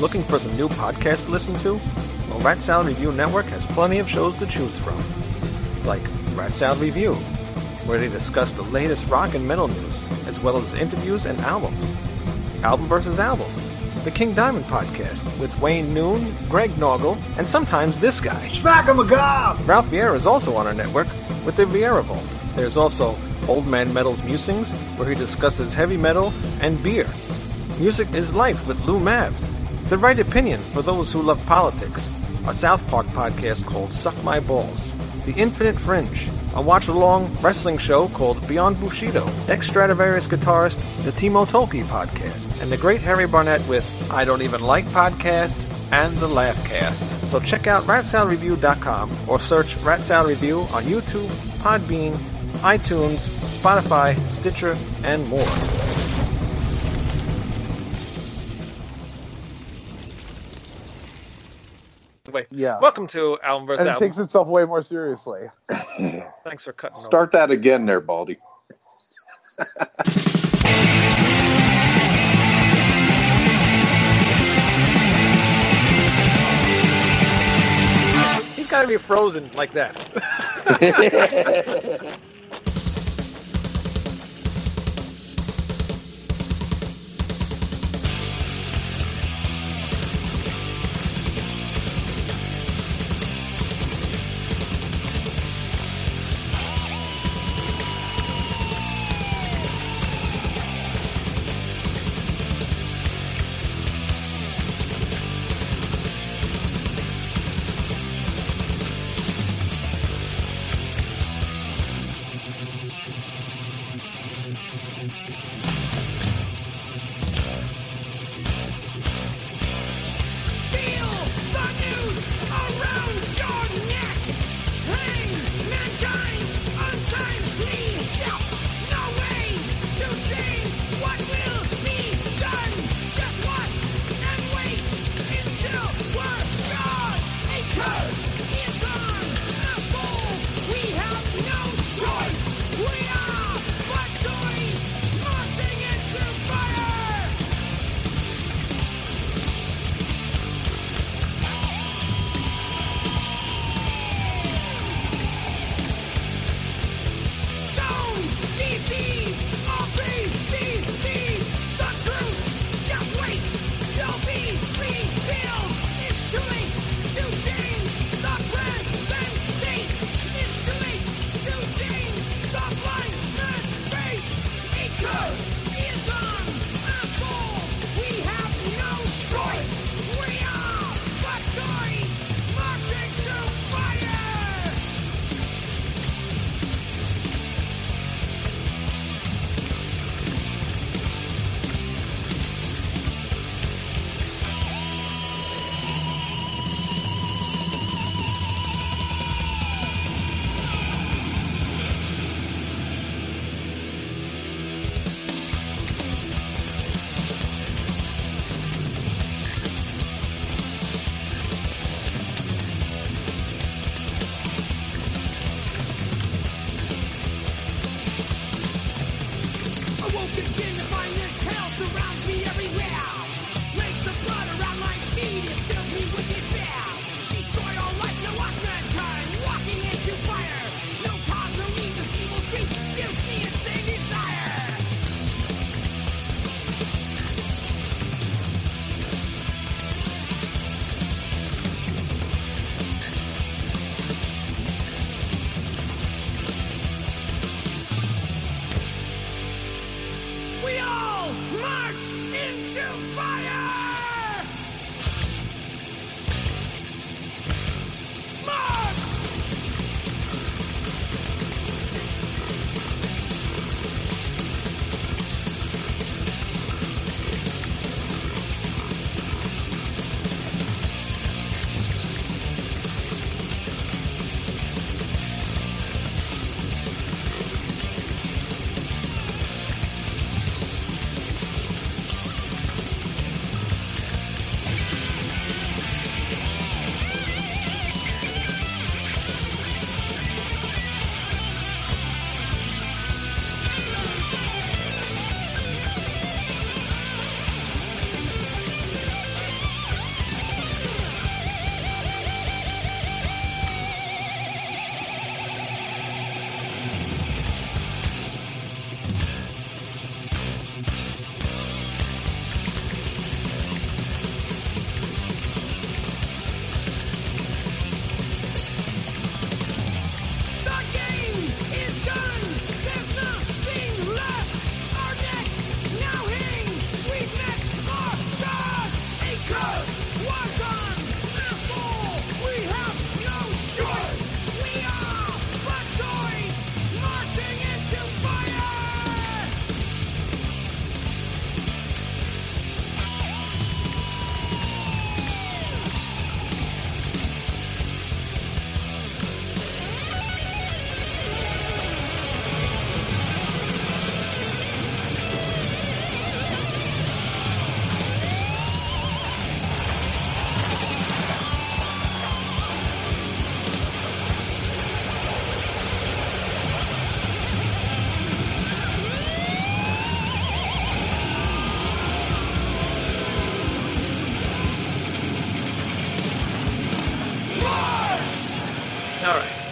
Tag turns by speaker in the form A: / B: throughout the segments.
A: Looking for some new podcasts to listen to? Well, Rat Sound Review Network has plenty of shows to choose from, like Rat Sound Review, where they discuss the latest rock and metal news, as well as interviews and albums. Album versus Album, the King Diamond podcast with Wayne Noon, Greg Noggle, and sometimes this guy.
B: Smack him a gob!
A: Ralph Vieira is also on our network with the Vieira Vault. There's also Old Man Metal's Musings, where he discusses heavy metal and beer. Music is Life with Lou Mavs, the right opinion for those who love politics, a South Park podcast called Suck My Balls, The Infinite Fringe, a watch along wrestling show called Beyond Bushido, ex Stradivarius guitarist, the Timo Tolki podcast, and the great Harry Barnett with I Don't Even Like Podcast and the Laughcast. So check out ratsoundreview.com or search Rat Sound Review on YouTube, Podbean, iTunes, Spotify, Stitcher, and more. Wait.
B: Yeah.
A: Welcome to Album vs.
B: And it
A: Album.
B: takes itself way more seriously.
A: Thanks for cutting. over.
C: Start that again there, Baldy.
A: He's got to be frozen like that.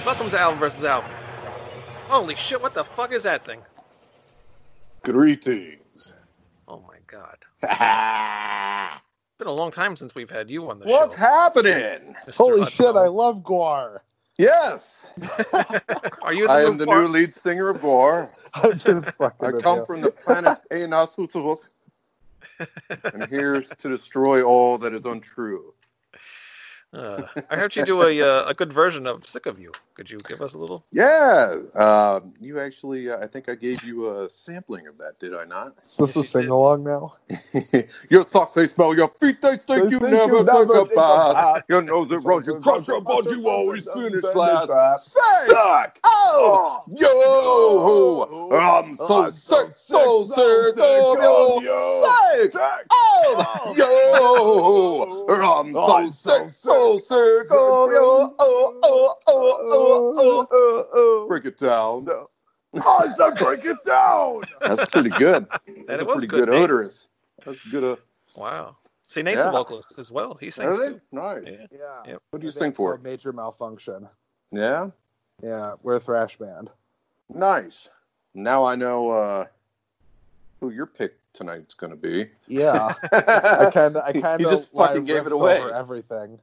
A: Welcome to Alvin versus Alvin. Holy shit! What the fuck is that thing?
C: Greetings.
A: Oh my god!
C: What's
A: It's been a long time since we've had you on the show.
C: happening?
A: Mr.
B: Holy
A: Utnall.
B: shit, I love Guar.
C: Yes,
A: Are you? The
C: I am the
A: part-
C: new lead singer of Gore.
B: I just fucking
C: I
B: with
C: come
B: you.
C: from the planet Aenasutavus. I'm here to destroy all that is untrue.
A: Uh, I heard you do a uh, a good version of "Sick of You." Could you give us a little?
C: Yeah, um, you actually, uh, I think I gave you a sampling of that, did I not?
B: Is this a sing along now?
C: your socks, they smell, your feet, they stink,
B: They
C: you
B: stink,
C: never
B: you
C: took a
B: never take a
C: bath.
B: bath.
C: Your nose, it runs, you cross your butt, you always finish last. Suck! Oh.
B: Oh!
C: Yo! I'm so sick, so sick of you! Sick! of Yo! I'm so sick, so sick of you! Oh, oh, oh, oh, oh, oh. Break it down. I said break it down! That's pretty good. That's a
A: was
C: pretty
A: good,
C: good
A: Nate.
C: odorous. That's good. Uh,
A: Wow. See, Nate's a
C: Yeah.
A: vocalist as well. He sings
C: Really?
A: too.
C: Nice.
A: Yeah.
B: Yeah.
A: Yep.
C: What do you
B: That's
C: sing for?
B: called Major malfunction.
C: Yeah?
B: Yeah, we're a thrash band.
C: Nice. Now I know uh, who your pick tonight's going to be.
B: Yeah, I kind of, I kind of
C: You just fucking gave it away.
B: Over everything.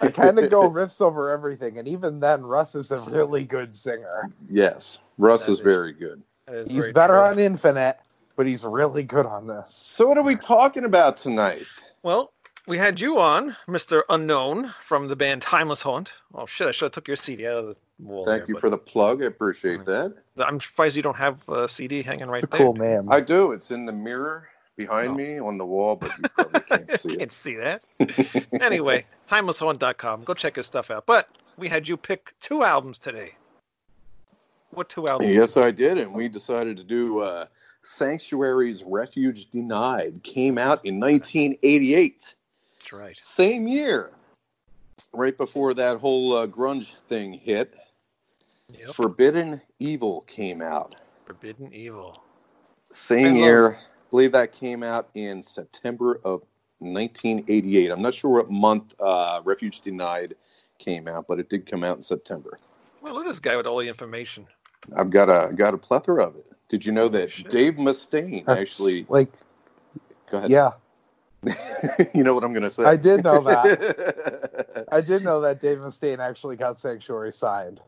B: I kind of go riffs over everything, and even then, Russ is a really good singer.
C: Yes, Russ
A: That
C: is
A: is-
C: very good.
A: That is
B: He's
A: very
B: better
A: true.
B: on Infinite, but he's really good on this.
C: So what are we talking about tonight?
A: Well, we had you on, Mr. Unknown from the band Timeless Haunt. Oh shit! I should have took your CD out of the wall.
C: Thank
A: there, Oh,
C: you
A: but
C: for the plug. I appreciate that.
A: I'm surprised you don't have a CD hanging right
B: It's a
A: there.
B: cool name.
C: I do. It's in the mirror behind
A: Oh.
C: me on the wall, but you probably can't see
A: Can't
C: it.
A: see that. anyway, timelesshaunt.com. Go check his stuff out. But we had you pick two albums today. What two albums?
C: Yes, I did, and
A: Oh.
C: we decided to do uh, Sanctuary's Refuge Denied. Came out in 1988,
A: That's right.
C: same year, right before that whole uh, grunge thing hit.
A: Yep.
C: Forbidden Evil came out.
A: Forbidden Evil.
C: Same
B: And
C: year.
B: those-
C: I believe that came out in September of 1988. I'm not sure what month uh, Refuge Denied came out, but it did come out in September.
A: Well, look at this guy with all the information.
C: I've got a got a plethora of it. Did you know that
A: Shit.
C: Dave Mustaine
B: That's,
C: actually?
B: like,
C: Go ahead.
B: yeah,
C: you know what I'm going to say.
B: I did know that.
C: that.
B: I did know that Dave Mustaine actually got Sanctuary signed.
C: Uh,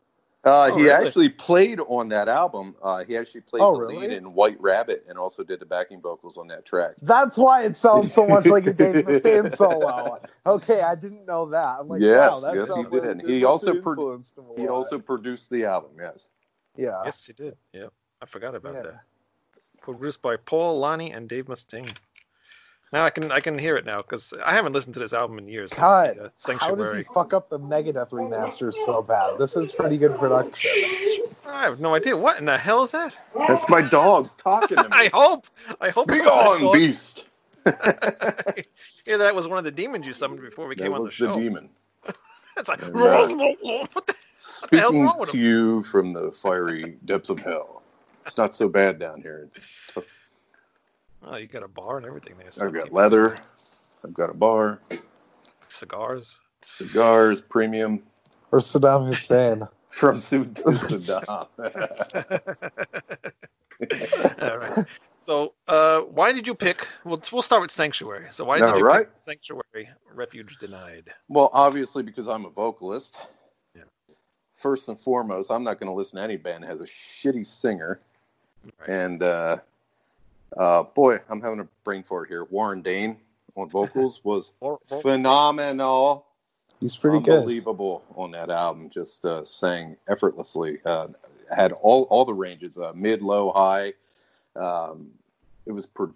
A: Oh,
C: he
A: really?
C: actually played on that album. Uh, he actually played
B: Oh,
C: the
B: really?
C: lead in White Rabbit and also did the backing vocals on that track.
B: That's why it sounds so much like a Dave Mustaine solo. Okay, I didn't know that. I'm like,
C: Yes,
B: wow, that
C: yes, he
B: sounds
C: did.
B: like
C: He
B: Dave
C: also
B: Mustaine
C: pro-
B: influenced him a
C: He
B: lot.
C: also produced the album. Yes.
B: yeah.
A: Yes, he did. Yep. I forgot about
B: Yeah.
A: that. Produced by Paul Lonnie and Dave Mustaine. Now I can I can hear it now because I haven't listened to this album in years. since
B: God,
A: the, uh,
B: How does he
A: Sanctuary.
B: fuck up the Megadeth remasters so bad? This is pretty good production.
A: I have no idea what in the hell is that.
C: That's my dog talking to me.
A: I hope I hope
C: Be
A: it's not that
C: gone,
A: dog.
C: beast.
A: yeah, that was one of the demons you summoned before we
C: That
A: came on
C: was
A: the show.
C: demon.
A: It's like
C: Yeah.
A: what the the hell's
C: Speaking
A: wrong with
C: to
A: him?
C: you from the fiery depths of hell. It's not so bad down here.
A: Oh, you got a bar and everything there. so
C: I've got
A: keep-
C: leather. I've got a bar,
A: cigars.
C: cigars, premium
B: Or Saddam Hussein.
C: from Sud- Sudan.
A: All right. So, uh, why did you pick? We'll we'll start with Sanctuary. So, why did
C: All
A: you
C: right.
A: pick Sanctuary? Refuge denied.
C: Well, obviously, because I'm a vocalist.
A: Yeah.
C: First and foremost, I'm not going to listen to any band that has a shitty singer.
A: Right.
C: And uh, uh, boy, I'm having a brain fart here. Warren Dane on vocals was
A: Or, or-
C: phenomenal.
B: He's pretty good.
C: unbelievable on that album. Just uh, sang effortlessly. Uh, had all all the ranges, uh, mid, low, high. Um, it was pro-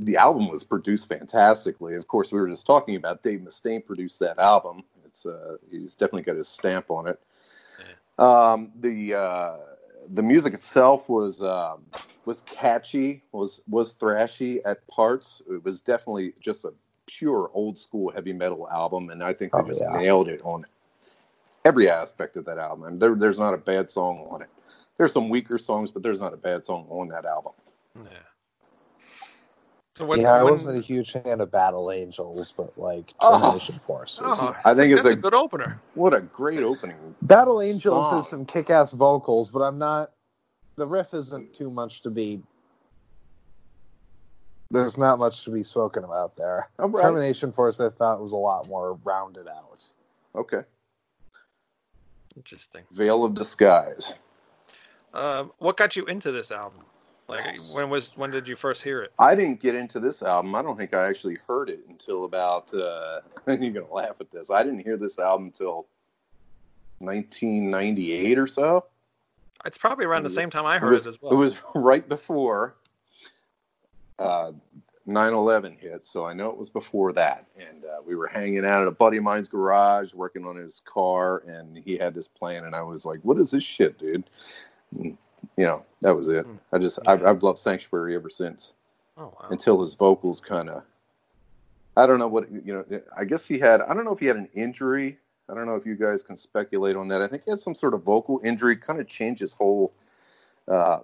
C: the album was produced fantastically. Of course, we were just talking about Dave Mustaine produced that album. It's uh, he's definitely got his stamp on it. Um, the uh, the music itself was um, was catchy, was was thrashy at parts. It was definitely just a pure old school heavy metal album, and I think they
B: Oh,
C: just
B: yeah.
C: nailed it on every aspect of that album. And there, there's not a bad song on it. There's some weaker songs, but there's not a bad song on that album.
A: yeah. So when,
B: yeah, I
A: when-
B: wasn't a huge fan of Battle Angels, but like
C: Oh.
B: Termination Force. was-
A: Oh,
C: I think it's
A: that's
C: a,
A: a good opener.
C: what a great opening.
B: Battle Angels
C: Song.
B: has some kick-ass vocals, but I'm not. The riff isn't too much to be. There's not much to be spoken about there.
C: All right.
B: Termination Force, I thought, was a lot more rounded out.
C: Okay,
A: Interesting.
C: Veil of Disguise.
A: Um, what got you into this album? Like
C: Yes.
A: when was when did you first hear it?
C: I didn't get into this album. I don't think I actually heard it until about. Uh, you're gonna laugh at this. I didn't hear this album until 1998 or so.
A: It's probably around the same time I
C: It
A: heard
C: was,
A: it as well.
C: it was right before uh, 9/11 hit, so I know it was before that. And uh, we were hanging out at a buddy of mine's garage, working on his car, and he had this plan, and I was like, "What is this shit, dude?" And, you know, that was it.
A: Mm.
C: I just I've,
A: Yeah.
C: I've loved Sanctuary ever since
A: oh wow.
C: until his vocals kind of i don't know what you know i guess he had i don't know if he had an injury i don't know if you guys can speculate on that i think he had some sort of vocal injury kind of changed his whole uh,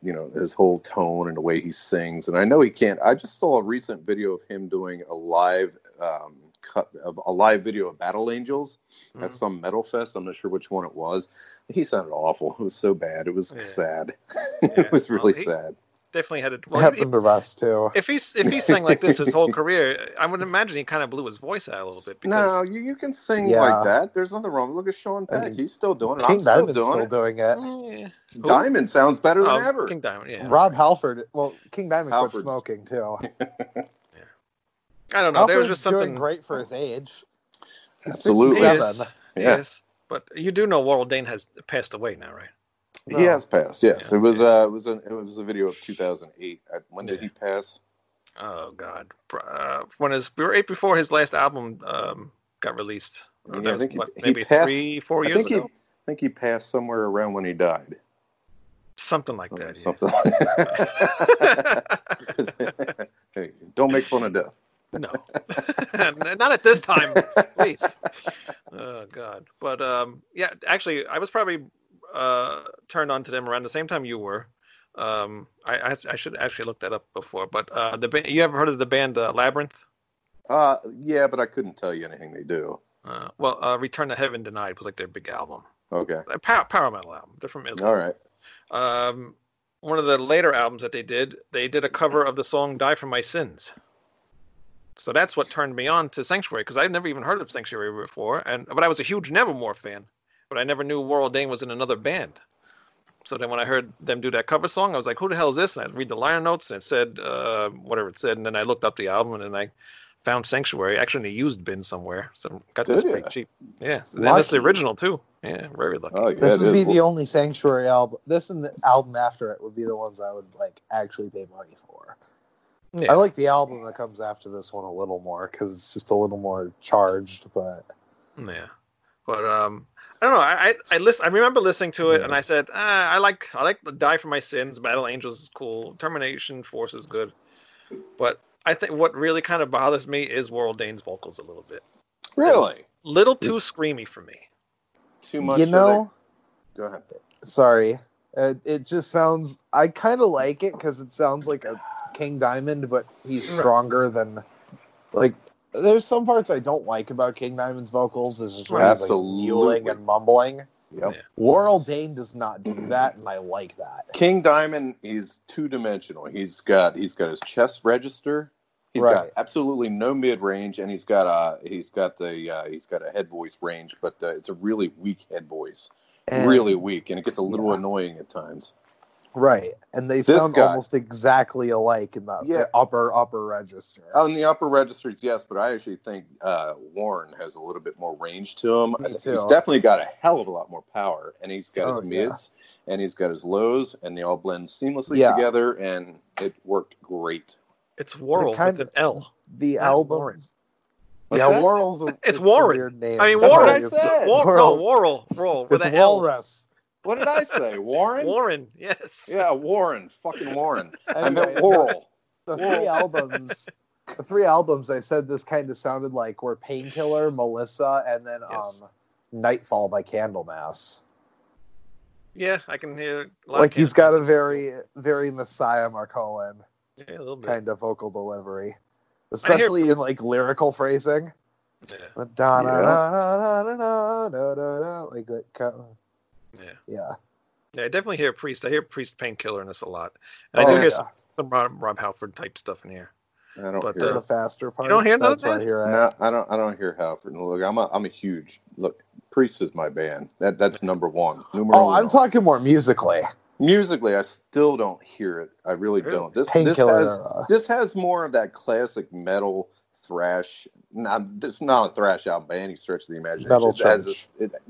C: you know his whole tone and the way he sings and i know he can't i just saw a recent video of him doing a live um, cut of a live video of battle angels at
A: Mhm.
C: some metal fest i'm not sure which one it was he sounded awful it was so bad it was
A: Yeah.
C: sad
A: Yeah.
C: it was
A: Well,
C: really
A: he-
C: sad
A: Definitely had a
B: it
A: well, he-
B: happened to us too.
A: if he's if he sang like this his whole career, I would imagine he kind of blew his voice out a little bit
C: No,
A: because
C: you, you can sing
B: Yeah.
C: like that. There's nothing wrong. Look at Sean
B: I
C: Peck.
B: mean,
C: He's still doing it.
B: King
C: I'm still
B: Diamond's
C: doing
B: still
C: it. Mm.
B: doing it.
A: Eh, who-
C: Diamond sounds better than
A: oh,
C: ever.
A: King Diamond, yeah.
B: Rob Halford, well, King Diamond
C: Halford's-
B: quit smoking too.
A: I don't know. there was
B: Halford's
A: just
B: doing
A: something
B: great for his age. He's
C: Absolutely.
A: Yes,
B: 67.
C: Yeah.
A: yes. But you do know Warrell Dane has passed away now, right?
B: No.
C: He has passed. Yes,
A: Yeah.
C: it was. Uh, it was. An, it was a video of 2008. Uh, When did
A: Yeah.
C: he pass?
A: Oh God! Uh, when his we were eight before his last album um, got released.
C: Yeah,
A: That
C: I
A: was,
C: think he-
A: what,
C: he
A: maybe
C: passed-
A: three, four
C: I
A: years
C: think he.
A: ago,
C: I think he passed somewhere around when he died. uh,
A: something like that. yeah.
C: Something. hey, don't make fun of death.
A: no, not at this time, please. Oh God! But um, yeah, actually, I was probably uh, turned on to them around the same time you were. Um, I, I I should actually look that up before. But uh, the band, you ever heard of the band uh, Labyrinth?
C: Uh, yeah, but I couldn't tell you anything they do.
A: Uh, well, uh, Return to Heaven Denied was like their big album,
C: Okay.
A: a power, power metal album. They're from Israel.
C: All right.
A: um, one of the later albums that they did, they did a cover of the song "Die for My Sins." So that's what turned me on to Sanctuary because I'd never even heard of Sanctuary before, and but I was a huge Nevermore fan, but I never knew World Dane was in another band. So then when I heard them do that cover song, I was like, "Who the hell is this?" And I read the liner notes, and it said uh, whatever it said, and then I looked up the album, and then I found Sanctuary actually in a used bin somewhere, so got this
C: Did ya?
A: pretty cheap. Yeah, and that's the
B: Lucky.
A: original too. Yeah, very lucky.
C: Oh, yeah.
B: This
C: it
B: would be
C: is.
B: the only Sanctuary album. This and the album after it would be the ones I would like actually pay money for.
A: Yeah.
B: I like the album that comes after this one a little more because it's just a little more charged. But
A: Yeah, but um, I don't know. I I, I listen. I remember listening to it, and I said, ah, I like I like the Die for My Sins. Battle Angels is cool. Termination Force is good, but I think what really kind of bothers me is World Dane's vocals a little bit,
C: really
A: little too screamy for me.
C: too much.
B: you
C: of
B: know,
C: that- Go ahead.
B: sorry, it, it just sounds. I kind of like it because it sounds like a King Diamond, but he's
A: Right.
B: stronger than like. There's some parts I don't like about King Diamond's vocals. Is just when he's like
C: Absolutely.
B: mewling and mumbling.
C: Yep.
B: Warl Dane does not do that, and I like that.
C: King Diamond is two dimensional. He's got he's got his chest register. He's got
B: Right.
C: absolutely no mid range, and he's got a he's got the uh, he's got a head voice range, but uh, it's a really weak head voice,
B: And-
C: really weak, and it gets a little
B: Yeah.
C: annoying at times.
B: Right, and they
C: This
B: sound
C: guy-
B: almost exactly alike in the
C: Yeah. Oh,
B: upper upper register.
C: On the upper registers, yes, but I actually think uh, Warren has a little bit more range to him.
B: Me
C: He's
B: too.
C: definitely got a hell of a lot more power, and he's got
B: Oh,
C: his
B: yeah.
C: mids and he's got his lows, and they all blend seamlessly
B: Yeah.
C: together, and it worked great.
A: It's World
B: kind
A: with an L.
B: the
A: Not
B: album,
A: Warren.
C: What's
B: yeah,
C: that?
B: Warrell's. A,
A: It's
B: a
A: Warren.
B: weird name.
A: I mean,
C: That's
A: Warren.
C: what
B: Sorry,
C: I
B: it's-
C: said.
A: War, no,
B: Warren.
A: Worrell, Worrell with
B: It's
A: an L.
B: Walrus.
C: What did I say, Warren?
A: Warren, yes.
C: Yeah, Warren, fucking Warren. I
B: Anyway,
C: meant Laurel.
B: The three albums, the three albums I said this kind of sounded like were Painkiller, Melissa, and then
A: Yes.
B: um, Nightfall by Candlemass.
A: Yeah, I can hear. a lot of
B: Like
A: Kansas
B: he's got a
A: City.
B: very very Messiah Marcolin.
A: Yeah, a little bit.
B: kind of vocal delivery, especially in like lyrical phrasing.
A: Yeah,
B: Da- da- da- da- da- da- da- da- da, Like that. kind of-
A: Yeah.
B: Yeah.
A: yeah. I definitely hear Priest. I hear Priest Painkiller in this a lot. And I
B: Oh,
A: do hear
B: yeah.
A: some, some Rob, Rob Halford type stuff in here.
C: I don't
A: But,
C: hear
A: uh,
B: the faster parts.
A: don't hear
B: that's
A: nothing?
B: where I hear it.
C: No, I don't. I don't hear Halford. Look, I'm a, I'm a huge look. Priest is my band. That that's number one. Numero
B: Oh, I'm
C: uno.
B: talking more musically.
C: musically. I still don't hear it. I really,
A: Really?
C: don't. This this
B: Painkiller.
C: has
B: era.
C: this has more of that classic metal thrash. Not this is not a thrash album by any stretch of the imagination.
B: Metal
C: It has
B: church.
C: this- it-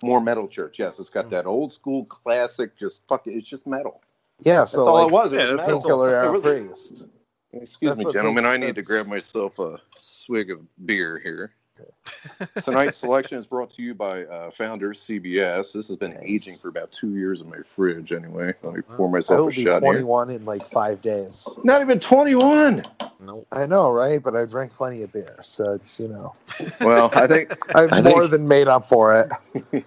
C: more metal church. Yes, it's
A: Mm.
C: got that old school classic. Just fuck it. It's just metal.
B: Yeah.
C: That's
B: So
C: all
B: like,
C: it was. It
A: yeah,
C: was
A: that's
C: metal.
B: Painkiller
C: It
B: era
C: was-
B: priest.
C: Excuse
B: That's
C: me,
B: what they-
C: gentlemen. I need to
B: that's-
C: grab myself a swig of beer here. Tonight's selection is brought to you by uh, Founder CBS. This has been
B: Nice.
C: aging for about two years in my fridge, anyway. Let me pour
B: I
C: myself
B: will
C: a
B: be
C: shot here.
B: 21 in like five days.
C: Not even 21.
A: Nope.
B: I know, right? But I drank plenty of beer, so it's you know
C: Well, I think
B: I've
C: I think-
B: more than made up for it.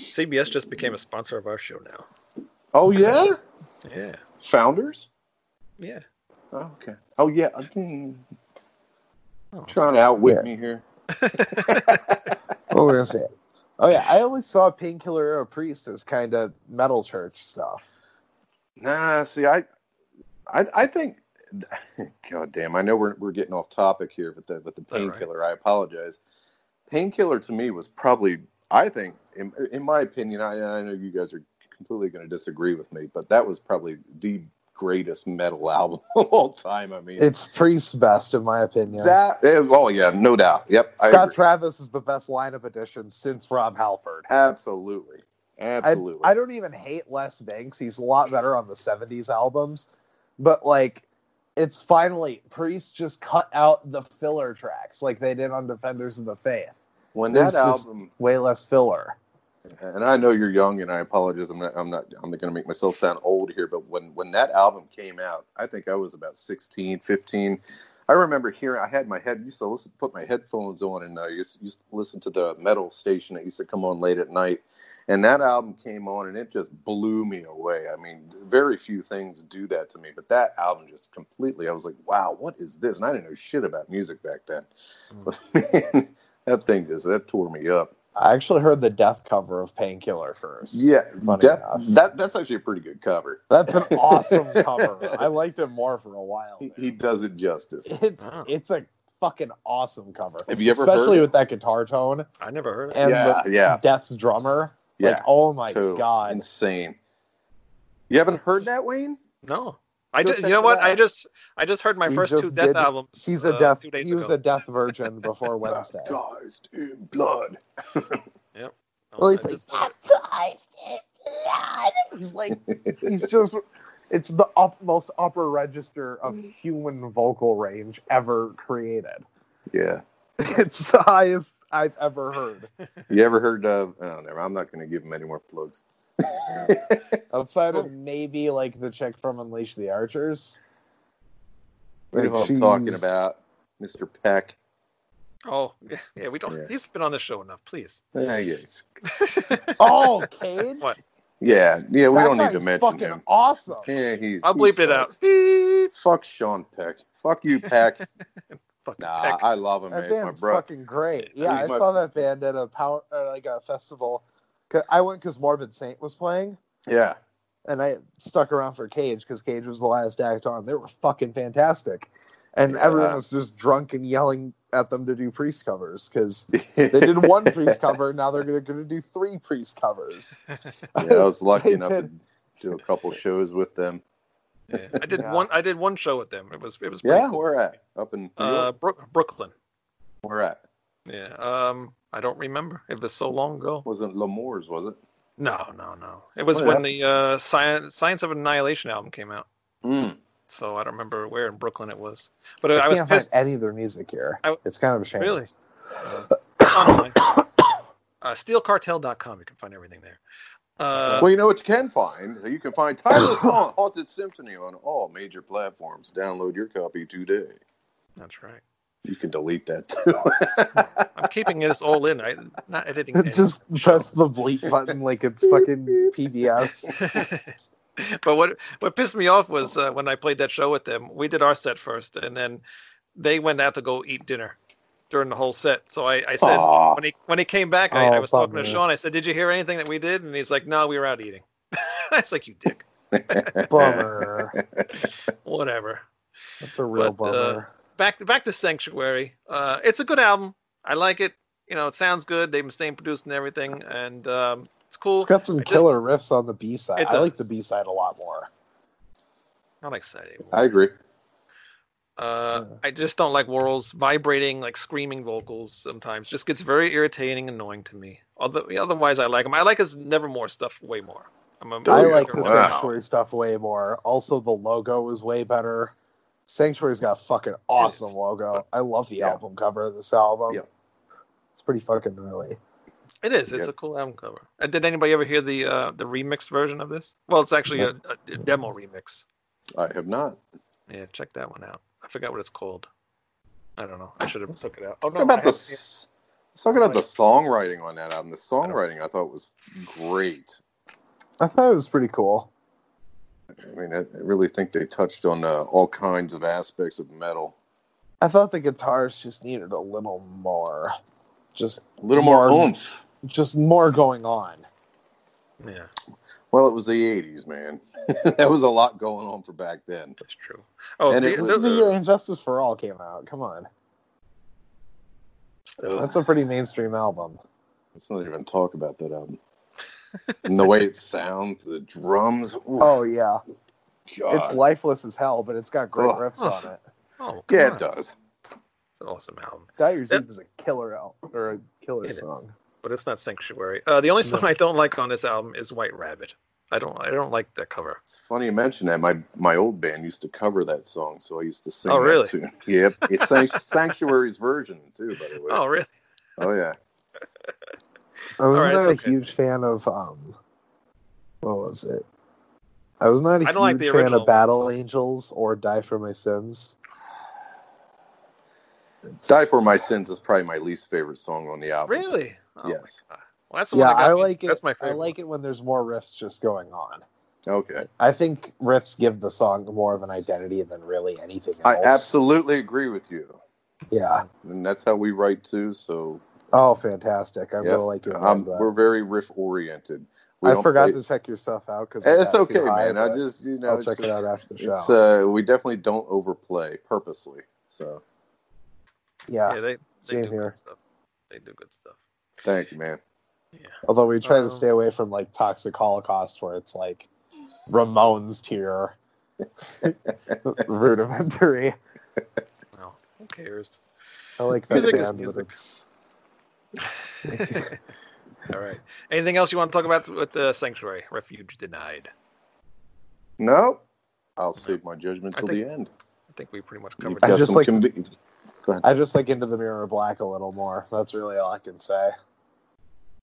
A: CBS just became a sponsor of our show now.
C: Oh yeah,
A: Yeah.
C: founders.
A: Yeah.
C: Oh, okay. Oh yeah. Hmm.
A: Oh.
C: Trying to outwit
B: Yeah.
C: me here.
B: What were we gonna say? Oh yeah, I always saw Painkiller Era Priest as kind of metal church stuff.
C: Nah. See, I, I, I think. God damn! I know we're we're getting off topic here, but the but the
A: all right.
C: painkiller. I apologize. Painkiller to me was probably. I think, in, in my opinion, I, I know you guys are completely going to disagree with me, but that was probably the greatest metal album of all time. I mean,
B: It's Priest's best, in my opinion.
C: that. Oh yeah, no doubt. Yep. I
B: Scott
C: agree.
B: Travis is the best lineup addition since Rob Halford.
C: Absolutely. Absolutely.
B: I don't even hate Les Banks. He's a lot better on the 70s albums. But like it's finally Priest just cut out the filler tracks like they did on Defenders of the Faith.
C: when
B: there's
C: that
B: just-
C: album
B: Way less filler.
C: and I know you're young and I apologize I'm not I'm not I'm not going to make myself sound old here but when when that album came out I think I was about 16 15 I remember hearing I had my head used to listen put my headphones on and I used, used to listen to the metal station that used to come on late at night and that album came on and it just blew me away I mean very few things do that to me but that album just completely I was like wow what is this and I didn't know shit about music back then but man that thing just that tore me up
B: I actually heard the death cover of Painkiller first.
C: yeah,
B: funny
C: Death-
B: enough.
C: that that's actually a pretty good cover.
B: That's an awesome cover. I liked it more for a while.
C: He,
B: there.
C: he does it justice.
B: It's
A: Wow.
B: it's a fucking awesome cover.
C: Have you ever heard
B: especially
C: it?
B: with that guitar tone
A: I never heard of it.
B: and
C: yeah,
B: the
C: yeah,
B: Death's drummer?
C: yeah.
B: Like oh my
C: Totally
B: god.
C: insane. You haven't heard that, Wayne?
A: No. I
C: Go
A: just, you
C: check
A: know
C: it
A: what?
C: out.
A: I just I just heard my
B: He
A: first
B: just
A: two death
B: did-
A: albums.
B: He's a
A: uh,
B: death.
A: two days
B: He was
A: ago.
B: a death virgin before Wednesday.
C: Baptized in blood.
B: Well, oh, he's
A: I
B: like,
A: just-
B: "Baptized in blood." He's like, he's just. It's the up, most upper register of
A: Mm-hmm.
B: human vocal range ever created.
C: yeah.
B: It's the highest I've ever heard.
C: You ever heard of? Oh, never. I'm not going to give him any more plugs.
B: Outside of maybe like the chick from Unleash the Archers.
C: You know what I'm
B: She's-
C: talking about, Mr. Peck.
A: oh yeah, yeah, we don't.
C: Yeah.
A: He's been on the show enough, please.
C: Yeah, yes.
B: Oh, Cage.
A: What?
C: yeah, yeah. We
B: That
C: don't need to
B: guy's
C: mention
B: fucking
C: him.
B: Awesome.
C: Yeah, he.
A: I'll
C: he
A: bleep it out.
C: sucks.
A: Beep.
C: Fuck Sean Peck. Fuck you, Peck.
A: Fucking
C: nah,
A: peck.
C: I love him, man.
B: That
C: He's my
B: band's
C: brother.
B: fucking great. Yeah,
C: He's
B: I
C: my-
B: saw that band at a power or like a festival. 'Cause I went because Morbid Saint was playing,
C: Yeah.
B: and I stuck around for Cage because Cage was the last act on. They were fucking fantastic, and
C: Yeah.
B: everyone was just drunk and yelling at them to do priest covers because they did one priest cover. Now they're going to do three priest covers.
C: Yeah, I was lucky
B: I
C: enough to do a couple shows with them.
A: Yeah. I did
B: Yeah.
A: one. I did one show with them. It was it was pretty
C: Yeah,
A: cool.
C: where at? Up in New
A: Uh,
C: York?
A: Brook, Brooklyn.
C: where at?
A: Yeah. Um, I don't remember. It was so long ago.
C: Wasn't Lemoore's, was it?
A: No, no, no. It was
C: What
A: when the uh, Science Science of Annihilation album came out.
C: Mm.
A: So I don't remember where in Brooklyn it was. But
B: I,
A: I, was
B: can't find
A: pissed.
B: any of their music here.
A: I-
B: it's kind of a shame.
A: Really? Uh, online. uh, steelcartel.com. You can find everything there. Uh,
C: well, you know what you can find? You can find Timeless Haunt, Haunted Symphony on all major platforms. Download your copy today.
A: that's right.
C: You can delete that too.
A: I'm keeping this all in. I not editing. any
B: Just
A: of the show.
B: press the bleep button like it's fucking PBS.
A: but what what pissed me off was uh, when I played that show with them. We did our set first, and then they went out to go eat dinner during the whole set. So I, I said
C: Aw.
A: when he when he came back, I, I
B: Oh,
A: was
B: fuck
A: talking to
B: me.
A: Sean. I said, "Did you hear anything that we did?" And he's like, "No, we were out eating." I was like, "You dick,
B: Bummer.
A: whatever."
B: That's a real
A: But, uh,
B: bummer.
A: back back to Sanctuary. Uh, it's a good album. I like it. You know, it sounds good. They've been staying produced and everything, and um, it's cool.
B: it's got some
A: I just-
B: killer riffs on the B side.
A: It
B: I like the
A: does.
B: B side a lot more.
A: I'm excited.
C: I agree.
A: Uh,
B: Yeah.
A: I just don't like Worrell's vibrating, like screaming vocals. Sometimes just gets very irritating, and annoying to me. Although otherwise, I like him. I like his Nevermore stuff way more. I'm a,
B: I
C: Oh, yeah.
B: like the
C: Wow.
B: Sanctuary stuff way more. Also, the logo is way better. Sanctuary's got a fucking awesome logo. I love the
C: Yeah.
B: album cover of this album.
C: Yeah.
B: It's pretty fucking gnarly.
A: It is. It's
C: Yeah.
A: a cool album cover. And did anybody ever hear the uh, the remixed version of this? Well, it's actually a, a, a demo remix.
C: I have not.
A: Yeah, check that one out. I forgot what it's called. I don't know. I should have took it out. Oh
C: Talk about
A: I-
C: the. s- Let's talk about the songwriting on that album. The songwriting I thought was great.
B: I thought it was pretty cool.
C: I mean, I, I really think they touched on uh, all kinds of aspects of metal.
B: I thought the guitars just needed a little more, just
C: A little more
B: More-
C: oomph.
B: just more going on.
A: Yeah,
C: Well, it was the '80s, man. that was a lot going on for back then.
A: that's true. Oh,
C: And
A: the-
C: it
B: This
C: was-
A: the-
B: is the uh, year Injustice for All came out. Come on,
C: Ugh,
B: that's a pretty mainstream album.
C: let's not even talk about that album. and the way it sounds, the drums. ooh,
B: Oh yeah,
C: God.
B: it's lifeless as hell, but it's got great
C: Ugh.
B: riffs on it.
A: oh, come
C: yeah,
A: on.
C: it does.
A: It's an awesome album,
B: Dire Zeep
A: Yep.
B: is a killer album or a killer
A: It is.
B: song.
A: but it's not Sanctuary. Uh, the only
B: No.
A: song I don't like on this album is White Rabbit. I don't. I don't like that cover.
C: It's funny you mention that. My my old band used to cover that song, so I used to sing.
A: Oh,
C: that
A: really?
C: Tune. Yep, it's Sanct- Sanctuary's version too. By the way.
A: Oh, really?
C: Oh, yeah.
B: I was
A: All right,
B: not
A: it's
B: a
A: okay.
B: huge fan of um, what was it? I was not a
A: I
B: huge
A: don't like the
B: fan
A: original
B: of Battle Angels or Die for My Sins. It's-
C: Die for My Sins is probably my least favorite song on the album.
A: Really? Oh, my
C: Yes.
A: God. Well, that's the
B: yeah,
A: one that got
B: I
A: me.
B: like it.
A: That's my
B: I
A: favorite.
B: like it when there's more riffs just going on.
C: Okay.
B: I think riffs give the song more of an identity than really anything else.
C: I absolutely agree with you.
B: yeah.
C: And that's how we write too. So
B: Oh, fantastic! I'm
C: Yes,
B: gonna like your
C: um,
B: vibe there.
C: we're very riff oriented.
B: I forgot to check your stuff out because
C: Eh, It's okay, man. I just, you know,
B: I'll
C: it's
B: check it
C: just-
B: out after the show.
C: It's, uh, we definitely don't overplay purposely. So
B: yeah,
A: Yeah, they, they
B: same
A: do
B: here.
A: good stuff. They do good stuff.
C: thank you, man.
B: Although we try
A: Um,
B: to stay away from like toxic Holocaust, where it's like Ramones tier rudimentary.
A: Well, who cares?
B: I like that
A: Music is
B: band, but
A: music.
B: it's
A: All right. Anything else you want to talk about with the sanctuary? Refuge denied.
C: No, I'll save my judgment
A: I
C: till
A: think-
C: the end.
A: I think we pretty much
C: You've
A: covered
B: I
C: got
A: that.
B: just
C: some
B: like-
C: convi-
B: I just like Into the Mirror Black a little more. That's really all I can say.